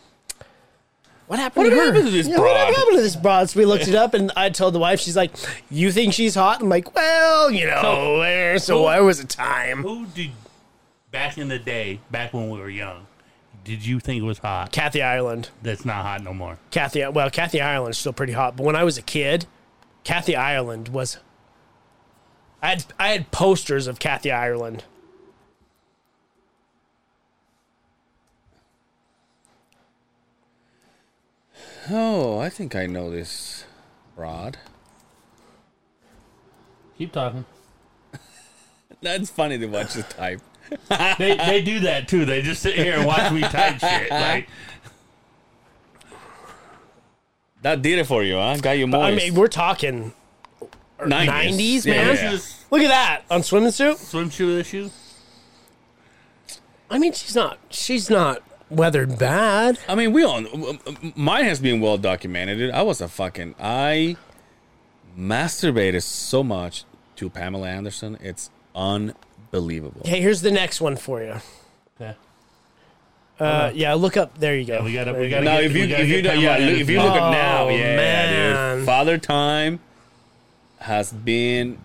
Speaker 3: what happened
Speaker 2: What
Speaker 3: to her?
Speaker 2: happened to this
Speaker 3: Yeah, What
Speaker 2: broad?
Speaker 3: happened to this broad? So we looked it up, and I told the wife, she's like, "You think she's hot?" I'm like, "Well, you
Speaker 2: Oh.
Speaker 3: know, there's so there was a time."
Speaker 4: Who did back in the day, back when we were young, did you think was hot?
Speaker 3: Kathy Ireland.
Speaker 4: That's not hot no more.
Speaker 3: Kathy, well, Kathy Ireland's still pretty hot, but when I was a kid, Kathy Ireland was. I had I had posters of Kathy Ireland.
Speaker 2: Oh, I think I know this rod.
Speaker 4: Keep talking.
Speaker 2: That's funny to watch the type.
Speaker 4: They, they do that too. They just sit here and watch me type shit. Like,
Speaker 2: That did it for you, huh? Got you more.
Speaker 3: I mean, we're talking 90s, man.
Speaker 2: Yeah.
Speaker 3: Look at that on swimming suit.
Speaker 4: Swimsuit issue.
Speaker 3: I mean, she's not she's not weathered bad.
Speaker 2: I mean, we all. Mine has been well documented. dude. I was a fucking. I masturbated so much to Pamela Anderson. It's unbelievable.
Speaker 3: Okay, here's the next one for you.
Speaker 4: Yeah.
Speaker 3: Uh, yeah, look up. There you go.
Speaker 4: we gotta-
Speaker 3: There
Speaker 4: we
Speaker 3: you
Speaker 4: gotta-
Speaker 2: Now,
Speaker 4: get-
Speaker 2: if you
Speaker 4: we gotta
Speaker 2: if you
Speaker 4: get
Speaker 2: don't- yeah,
Speaker 4: Pamela
Speaker 2: look- if you look
Speaker 4: Anderson.
Speaker 2: at now,
Speaker 3: Oh,
Speaker 2: yeah,
Speaker 3: man.
Speaker 2: dude, Father Time has been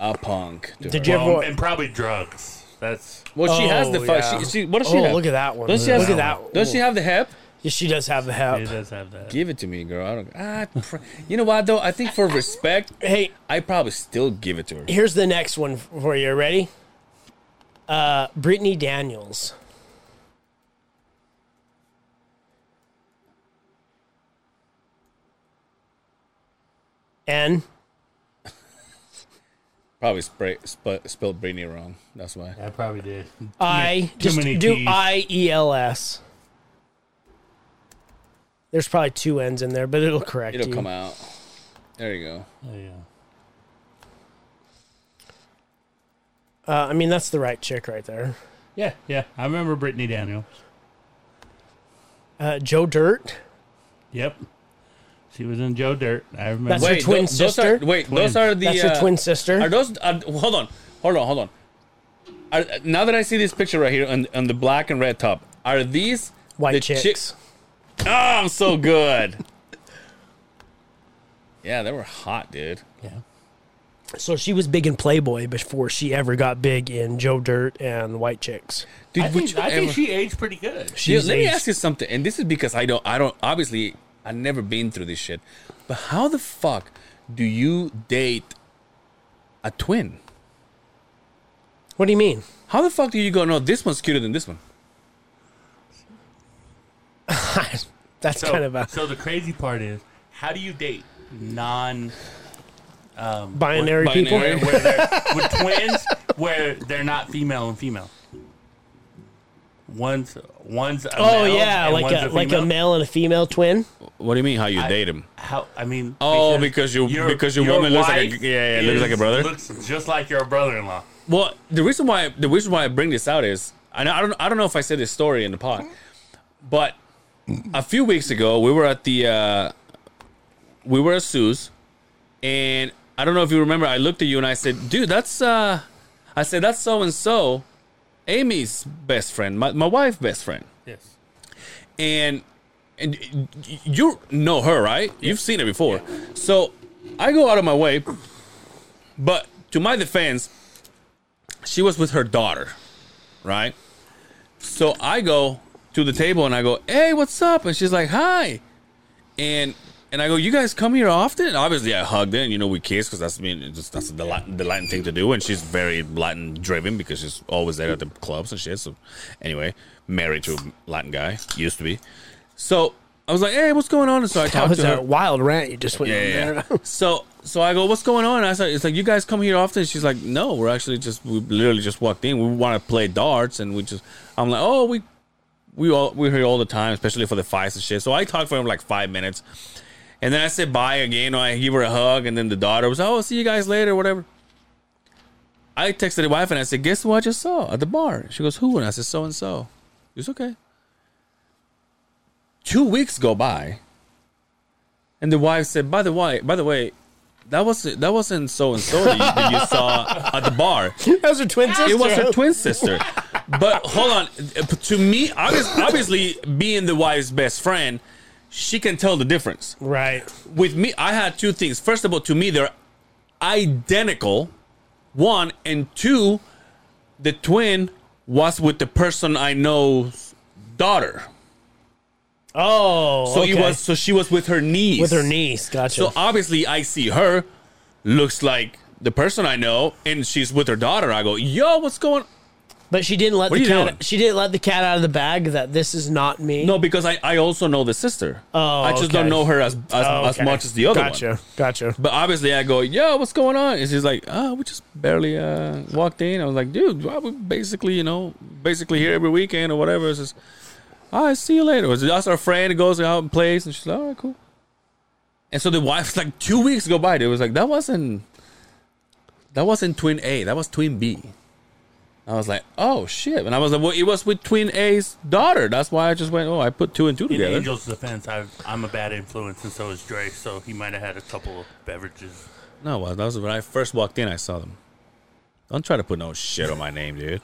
Speaker 2: a punk. to
Speaker 3: Did
Speaker 2: her.
Speaker 3: you
Speaker 4: Well,
Speaker 3: ever-
Speaker 4: Um, and probably drugs. That's
Speaker 2: Well, she has the
Speaker 3: Oh,
Speaker 2: fuck.
Speaker 3: yeah.
Speaker 2: She, she, what does she
Speaker 3: Oh,
Speaker 2: have?
Speaker 3: look at that one.
Speaker 2: Does she
Speaker 3: Look
Speaker 2: have-
Speaker 3: at that.
Speaker 2: Does she have the hep?
Speaker 3: Yeah, she does have the
Speaker 4: it
Speaker 3: help.
Speaker 4: does have that.
Speaker 2: Give it to me, girl. I don't. I, pr- you know what though? I think for respect,
Speaker 3: Hey,
Speaker 2: I probably still give it to her.
Speaker 3: here's the next one for you. Ready? Uh, Brittany Daniels. And
Speaker 2: Probably spray, sp- spelled Brittany wrong. That's why.
Speaker 4: I probably did.
Speaker 3: I
Speaker 4: Too
Speaker 3: just
Speaker 4: many
Speaker 3: do
Speaker 4: Ts.
Speaker 3: I E L S. There's probably two N's in there, but it'll correct
Speaker 2: It'll
Speaker 3: you.
Speaker 2: come out. There you go.
Speaker 4: Oh, yeah.
Speaker 3: Uh, I mean, that's the right chick right there.
Speaker 4: Yeah, yeah. I remember Brittany Daniels.
Speaker 3: Uh, Joe Dirt.
Speaker 4: Yep. She was in Joe Dirt. I remember.
Speaker 3: That's her twin
Speaker 2: tho- those are-
Speaker 3: sister?
Speaker 2: wait, those
Speaker 4: Twins.
Speaker 2: are the.
Speaker 3: That's her
Speaker 2: uh,
Speaker 3: twin sister.
Speaker 2: Are those? Are, hold on, hold on, hold on. Are, now that I see this picture right here on, on the black and red top, are these
Speaker 3: White
Speaker 2: the
Speaker 3: chicks.
Speaker 2: chicks? Oh, I'm so good. yeah, they were hot, dude.
Speaker 4: yeah.
Speaker 3: So she was big in Playboy before she ever got big in Joe Dirt and White Chicks.
Speaker 2: Dude,
Speaker 4: I
Speaker 2: would
Speaker 4: think,
Speaker 2: you
Speaker 4: I think
Speaker 2: ever-
Speaker 4: she aged pretty good.
Speaker 3: She
Speaker 2: Dude,
Speaker 3: was
Speaker 2: let me
Speaker 3: aged-
Speaker 2: ask you something, and this is because I don't, I don't, obviously, I've never been through this shit. But how the fuck do you date a twin?
Speaker 3: What do you mean?
Speaker 2: How the fuck do you go? No, this one's cuter than this one.
Speaker 3: That's
Speaker 4: So,
Speaker 3: kind of uh, a
Speaker 4: so the crazy part is, how do you date non
Speaker 2: Binary.
Speaker 3: binary, people.
Speaker 4: where, where they're with twins where they're not female and female? One's one's a
Speaker 3: Oh
Speaker 4: male
Speaker 3: yeah,
Speaker 4: and
Speaker 3: like
Speaker 4: one's
Speaker 3: a, like a
Speaker 4: female?
Speaker 3: male and a female twin.
Speaker 2: What do you mean? How you date him?
Speaker 4: How I mean?
Speaker 2: Oh, because you-
Speaker 4: your-
Speaker 2: because your woman looks like a-
Speaker 4: wife
Speaker 2: yeah, yeah, looks like a
Speaker 4: is-
Speaker 2: brother?
Speaker 4: Looks just like your brother-in-law.
Speaker 2: Well, the reason why the reason why I bring this out is, and I don't I don't know if I said this story in the pod, but a few weeks ago we were at the uh, we were at Sue's, and I don't know if you remember. I looked at you and I said, "Dude, that's uh," I said, "That's so and so, Amy's best friend, my my wife's best friend."
Speaker 4: Yes.
Speaker 2: and and y- y- you know her, right? You've seen her before. So I go out of my way, but to my defense, she was with her daughter, right? So I go to the table and I go, "Hey, what's up?" And she's like, "Hi," and and I go, "You guys come here often?" And obviously, I hugged her and you know we kissed because that's I mean it's just that's the Latin, the Latin thing to do, and she's very Latin driven because she's always there at the clubs and shit. So anyway, married to a Latin guy, used to be. So I was like, "Hey, what's going on?" And so I
Speaker 3: That
Speaker 2: talked
Speaker 3: was
Speaker 2: to her.
Speaker 3: a wild rant you just went on
Speaker 2: Yeah,
Speaker 3: there.
Speaker 2: yeah, yeah. so so I go, what's going on? And I said, it's like you guys come here often. She's like, no, we're actually just we literally just walked in. We want to play darts, and we just I'm like, oh, we we all we're here all the time, especially for the fights and shit. So I talked for him like five minutes, and then I said bye again. Or I give her a hug, and then the daughter was, oh, see you guys later, whatever. I texted the wife and I said, guess who I just saw at the bar? She goes, who? And I said, so and so. It's okay. Two weeks go by. And the wife said, "By the way, by the way, that was that wasn't so and so that you- that you saw at the bar.
Speaker 3: Those are twin sisters.
Speaker 2: It was her twin sister." But hold on, to me, obvious- obviously, being the wife's best friend, she can tell the difference.
Speaker 3: Right.
Speaker 2: With me, I had two things. First of all, to me, they're identical. One and two, the twin was with the person I know's daughter.
Speaker 3: Oh,
Speaker 2: So
Speaker 3: okay.
Speaker 2: he was. So she was with her niece.
Speaker 3: with her niece. Gotcha.
Speaker 2: So uh, obviously, I see her, looks like the person I know, and she's with her daughter. I go, yo, what's going?
Speaker 3: but she didn't let
Speaker 2: What
Speaker 3: the
Speaker 2: are you
Speaker 3: cat.
Speaker 2: doing?
Speaker 3: She didn't let the cat out of the bag that this is not me.
Speaker 2: No, because I, I also know the sister.
Speaker 3: Oh,
Speaker 2: I just
Speaker 3: okay.
Speaker 2: don't know her as as,
Speaker 3: Oh,
Speaker 2: as
Speaker 3: okay.
Speaker 2: much as the other
Speaker 3: Gotcha.
Speaker 2: one.
Speaker 3: Gotcha.
Speaker 2: But obviously, I go, yo, what's going on? And she's like, oh, we just barely uh, walked in. I was like, dude, why we basically, you know, basically here every weekend or whatever. It's just, all right, see you later. Or That's our friend. goes out and plays, and she's like, all right, cool. And so the wife's like, two weeks go by. It was like, that wasn't, that wasn't twin A. That was twin B. I was like, oh shit. And I was like, well, it was with twin A's daughter. That's why I just went, oh, I put two and two
Speaker 4: In
Speaker 2: together.
Speaker 4: Angel's defense, I've, I'm a bad influence, and so is Dre. So he might have had a couple of beverages.
Speaker 2: No, well, that was when I first walked in. I saw them. Don't try to put no shit on my name, dude.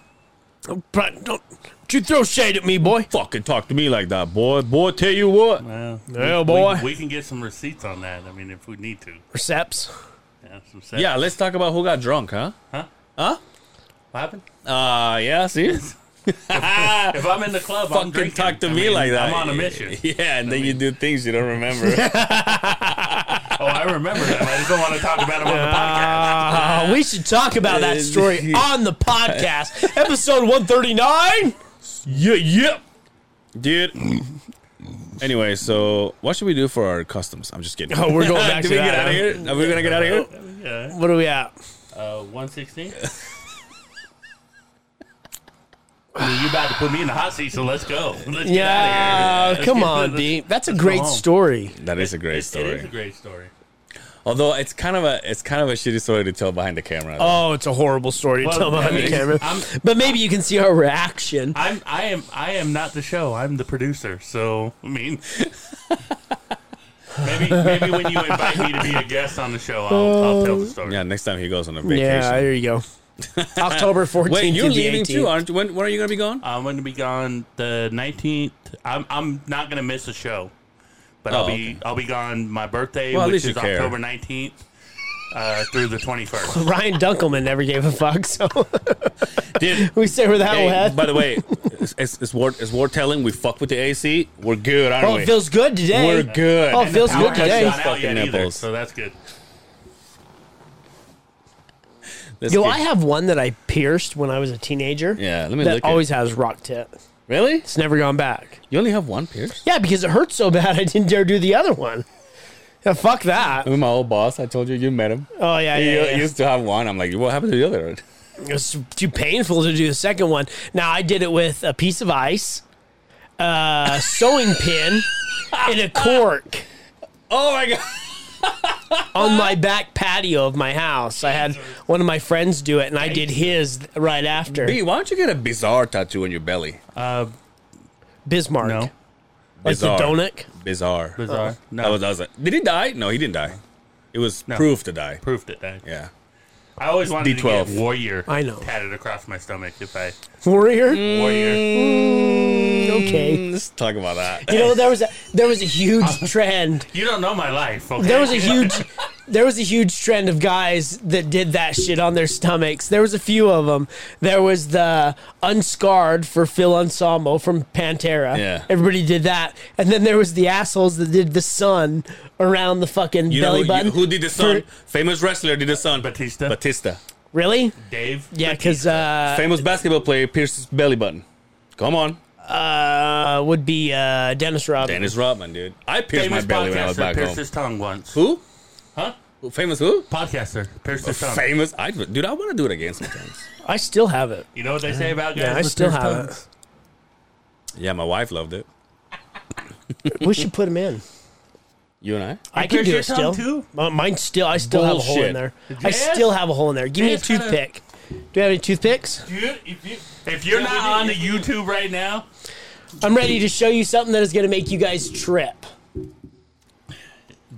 Speaker 3: But don't, don't you throw shade at me, boy.
Speaker 2: Fucking talk to me like that, boy. Boy, tell you what.
Speaker 4: Well,
Speaker 3: Yeah,
Speaker 4: we-
Speaker 3: boy.
Speaker 4: we, can get some receipts on that. I mean, if we need to,
Speaker 3: Perceps.
Speaker 4: yeah, some sex.
Speaker 2: Yeah, let's talk about who got drunk, huh?
Speaker 4: What happened?
Speaker 2: Uh, yeah, see?
Speaker 4: If I'm in the club, I'm
Speaker 2: Fucking
Speaker 4: drinking.
Speaker 2: talk to
Speaker 4: I
Speaker 2: me
Speaker 4: mean,
Speaker 2: like that.
Speaker 4: I'm on a mission.
Speaker 2: Yeah, and then you do things you don't remember.
Speaker 4: oh, I remember that. I just don't want to talk about it on
Speaker 3: Uh,
Speaker 4: the podcast.
Speaker 3: we should talk about that story on the podcast, episode 139.
Speaker 2: yeah, yep. Dude. Anyway, so what should we do for our customs? I'm just kidding.
Speaker 3: Oh, we're going back
Speaker 2: do
Speaker 3: to
Speaker 2: we
Speaker 3: that,
Speaker 2: get out
Speaker 3: huh?
Speaker 2: of here? Are we gonna get out of here?
Speaker 4: Yeah.
Speaker 3: What are we at?
Speaker 4: Uh, 116. I mean, you about to put me in the hot seat, so let's go. Let's get out
Speaker 3: Yeah,
Speaker 4: of here. Let's
Speaker 3: come
Speaker 4: get-
Speaker 3: on,
Speaker 4: let's-
Speaker 3: Deep. That's a
Speaker 4: let's go
Speaker 3: great
Speaker 4: home.
Speaker 3: story.
Speaker 2: That is a great story.
Speaker 4: It is a great story.
Speaker 2: Although it's kind of a it's kind of a shitty story to tell behind the camera.
Speaker 3: Oh, it's a horrible story to
Speaker 4: Well,
Speaker 3: tell behind
Speaker 4: I
Speaker 3: the
Speaker 4: mean,
Speaker 3: camera.
Speaker 4: I'm-
Speaker 3: But maybe you can see our reaction.
Speaker 4: I'm, I am, I am not the show. I'm the producer. So I mean, maybe, maybe when you invite me to be a guest on the show, I'll, I'll tell the story.
Speaker 2: Yeah, next time he goes on a vacation.
Speaker 3: Yeah, there you go. October 14th
Speaker 2: Wait, you're
Speaker 3: to the
Speaker 2: leaving
Speaker 3: 18th.
Speaker 2: too, aren't you? When, when are you gonna be gone?
Speaker 4: I'm going to be gone the 19th. I'm, I'm not going to miss a show, but I'll
Speaker 2: Oh,
Speaker 4: be, I'll be gone my birthday,
Speaker 2: Well, at
Speaker 4: which
Speaker 2: least
Speaker 4: is
Speaker 2: you care.
Speaker 4: October 19th, uh, through the 21st.
Speaker 3: Ryan Dunkelman never gave a fuck, so
Speaker 2: Dude,
Speaker 3: we say where that will
Speaker 2: hey,
Speaker 3: head.
Speaker 2: by the way, it's, it's, it's worth it's worth telling. We fuck with the AC. We're good, aren't
Speaker 3: Oh,
Speaker 2: we?
Speaker 3: it feels good today.
Speaker 2: We're good.
Speaker 3: Oh, it feels
Speaker 4: Power
Speaker 3: good
Speaker 4: hasn't
Speaker 3: today.
Speaker 4: gone out yet
Speaker 2: Fucking
Speaker 4: either,
Speaker 2: nipples.
Speaker 4: so that's good.
Speaker 2: Let's
Speaker 3: Yo,
Speaker 2: get-
Speaker 3: I have one that I pierced when I was a teenager.
Speaker 2: Yeah, let me
Speaker 3: that
Speaker 2: look.
Speaker 3: always has rock tip.
Speaker 2: at, really?
Speaker 3: It's never gone back.
Speaker 2: You only have one pierce?
Speaker 3: Yeah, because it hurt so bad, I didn't dare do the other one. Yeah, fuck that.
Speaker 2: With my old boss, I told you you met him.
Speaker 3: Oh yeah,
Speaker 2: he uh,
Speaker 3: yeah. yeah.
Speaker 2: he used to have one. I'm like, what happened to the other? one?
Speaker 3: It was too painful to do the second one. Now I did it with a piece of ice, a sewing pin, and a cork
Speaker 2: Oh my god!
Speaker 3: on my back patio of my house. I had one of my friends do it, and I did his right after.
Speaker 2: B, why don't you get a bizarre tattoo on your belly?
Speaker 4: Uh,
Speaker 3: Bismarck,
Speaker 4: no,
Speaker 3: like the
Speaker 2: Bizarre.
Speaker 3: donut.
Speaker 2: Bizarre.
Speaker 4: bizarre.
Speaker 2: That
Speaker 4: no,
Speaker 2: was, that was it. Did he die? No, he didn't die. It was
Speaker 4: No.
Speaker 2: proof to die.
Speaker 4: proof that that.
Speaker 2: Yeah.
Speaker 4: I always wanted to
Speaker 2: D12.
Speaker 4: get warrior.
Speaker 3: I know. Mm.
Speaker 4: Tatted across my stomach if I
Speaker 3: Warrior.
Speaker 4: warrior.
Speaker 3: Okay.
Speaker 2: Let's talk about that.
Speaker 3: You know, there was a, there was a huge trend.
Speaker 4: You don't know my life. Okay?
Speaker 3: There was a huge there was a huge trend of guys that did that shit on their stomachs. There was a few of them. There was the unscarred for Phil Anselmo from Pantera.
Speaker 2: Yeah.
Speaker 3: everybody did that, and then there was the assholes that did the sun around the fucking
Speaker 2: You
Speaker 3: belly
Speaker 2: know who,
Speaker 3: button.
Speaker 2: you- who did the son?
Speaker 3: For-
Speaker 2: Famous wrestler did the son.
Speaker 4: Batista.
Speaker 2: Batista.
Speaker 3: really?
Speaker 4: Dave.
Speaker 3: Yeah, because uh,
Speaker 2: Famous basketball player pierces belly button. Come on,
Speaker 3: uh, would be uh, Dennis Rodman.
Speaker 2: Dennis Rodman, dude. I pierced
Speaker 4: famous
Speaker 2: my belly when I was
Speaker 4: podcaster
Speaker 2: back
Speaker 4: pierced
Speaker 2: home.
Speaker 4: his tongue once.
Speaker 2: Who?
Speaker 4: Huh?
Speaker 2: Who- Famous who?
Speaker 4: Podcaster pierced his tongue.
Speaker 2: Famous. I dude, I want to do it again sometimes.
Speaker 3: I still have it.
Speaker 4: You know what they say about guys?
Speaker 3: Yeah, I
Speaker 4: with
Speaker 3: still
Speaker 4: pierced
Speaker 3: have it.
Speaker 4: tongues?
Speaker 2: yeah, my wife loved it.
Speaker 3: We should put him in.
Speaker 2: You and I.
Speaker 3: I can
Speaker 4: pierced
Speaker 3: do
Speaker 4: your
Speaker 3: it
Speaker 4: tongue
Speaker 3: still.
Speaker 4: too?
Speaker 3: Mi- Mine still. I still have a hole in
Speaker 2: Bullshit.
Speaker 3: there.
Speaker 4: Did you
Speaker 3: I
Speaker 4: ask?
Speaker 3: still have a hole in there. Give me a
Speaker 4: Ask how to-
Speaker 3: toothpick. Do you have any toothpicks?
Speaker 4: Dude, if, you, if you're not on the YouTube right now,
Speaker 3: I'm ready to show you something that is going to make you guys trip.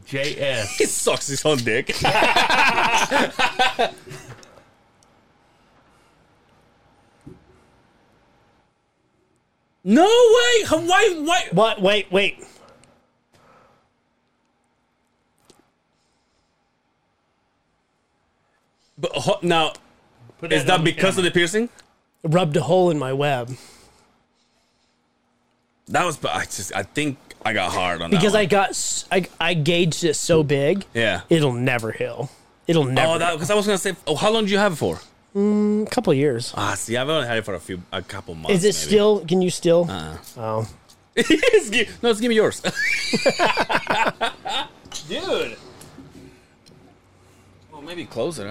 Speaker 4: JS.
Speaker 2: He sucks his own dick. no way. Why? Why?
Speaker 3: What? Wait, wait.
Speaker 2: But, ho- now,
Speaker 4: Put
Speaker 2: is that because of the piercing?
Speaker 3: Rubbed a hole in my web
Speaker 2: That was. I just. I think I got hard on
Speaker 3: because
Speaker 2: that.
Speaker 3: I got s- I, I gauged it so big.
Speaker 2: Yeah.
Speaker 3: It'll never heal. It'll never.
Speaker 2: Oh, that because I was gonna say. Oh, how long do you have it for?
Speaker 3: a couple years.
Speaker 2: Ah, see, I've only had it for a few, a couple months.
Speaker 3: Is it still? Can you still? Oh,
Speaker 2: It's gi- no, it's give me yours.
Speaker 4: Dude.
Speaker 2: well, maybe close it,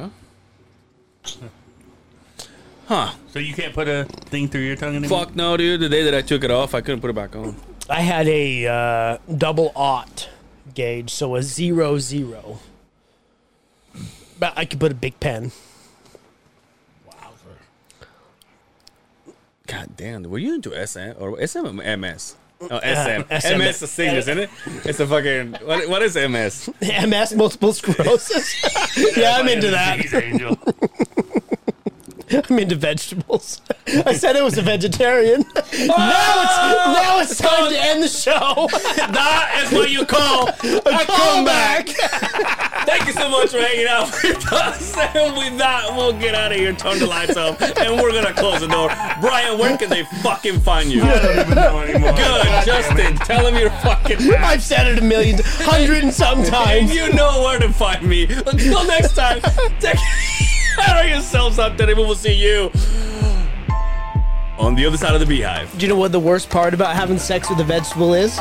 Speaker 2: huh?
Speaker 4: So you can't put a thing through your tongue anymore?
Speaker 2: Fuck no, dude. The day that I took it off, I couldn't put it back on.
Speaker 3: I had a uh, double aught gauge, so a zero zero. But I could put a big pen.
Speaker 2: God damn, were you into SM or SM or MS? Oh, SM.
Speaker 3: Uh, SM.
Speaker 2: MS is singles, isn't it? It's a fucking. What, what is MS?
Speaker 3: MS, multiple sclerosis. yeah, I'm into that.
Speaker 4: He's angel.
Speaker 3: I'm into vegetables. I said I was a vegetarian. now it's now it's time to end the show.
Speaker 2: that is what you call a
Speaker 3: comeback.
Speaker 2: Thank you so much for hanging out with us. And with that, we'll get out of here, turn the lights off, and we're gonna close the door. Brian, where can they fucking find you?
Speaker 4: I don't even know anymore.
Speaker 2: Good, Justin. Tell them you're fucking.
Speaker 3: I've said it a million, hundred and some
Speaker 2: And
Speaker 3: times.
Speaker 2: you know where to find me. Until next time, take care of yourselves out there, and we will see you on the other side of the beehive.
Speaker 3: Do you know what the worst part about having sex with a vegetable is?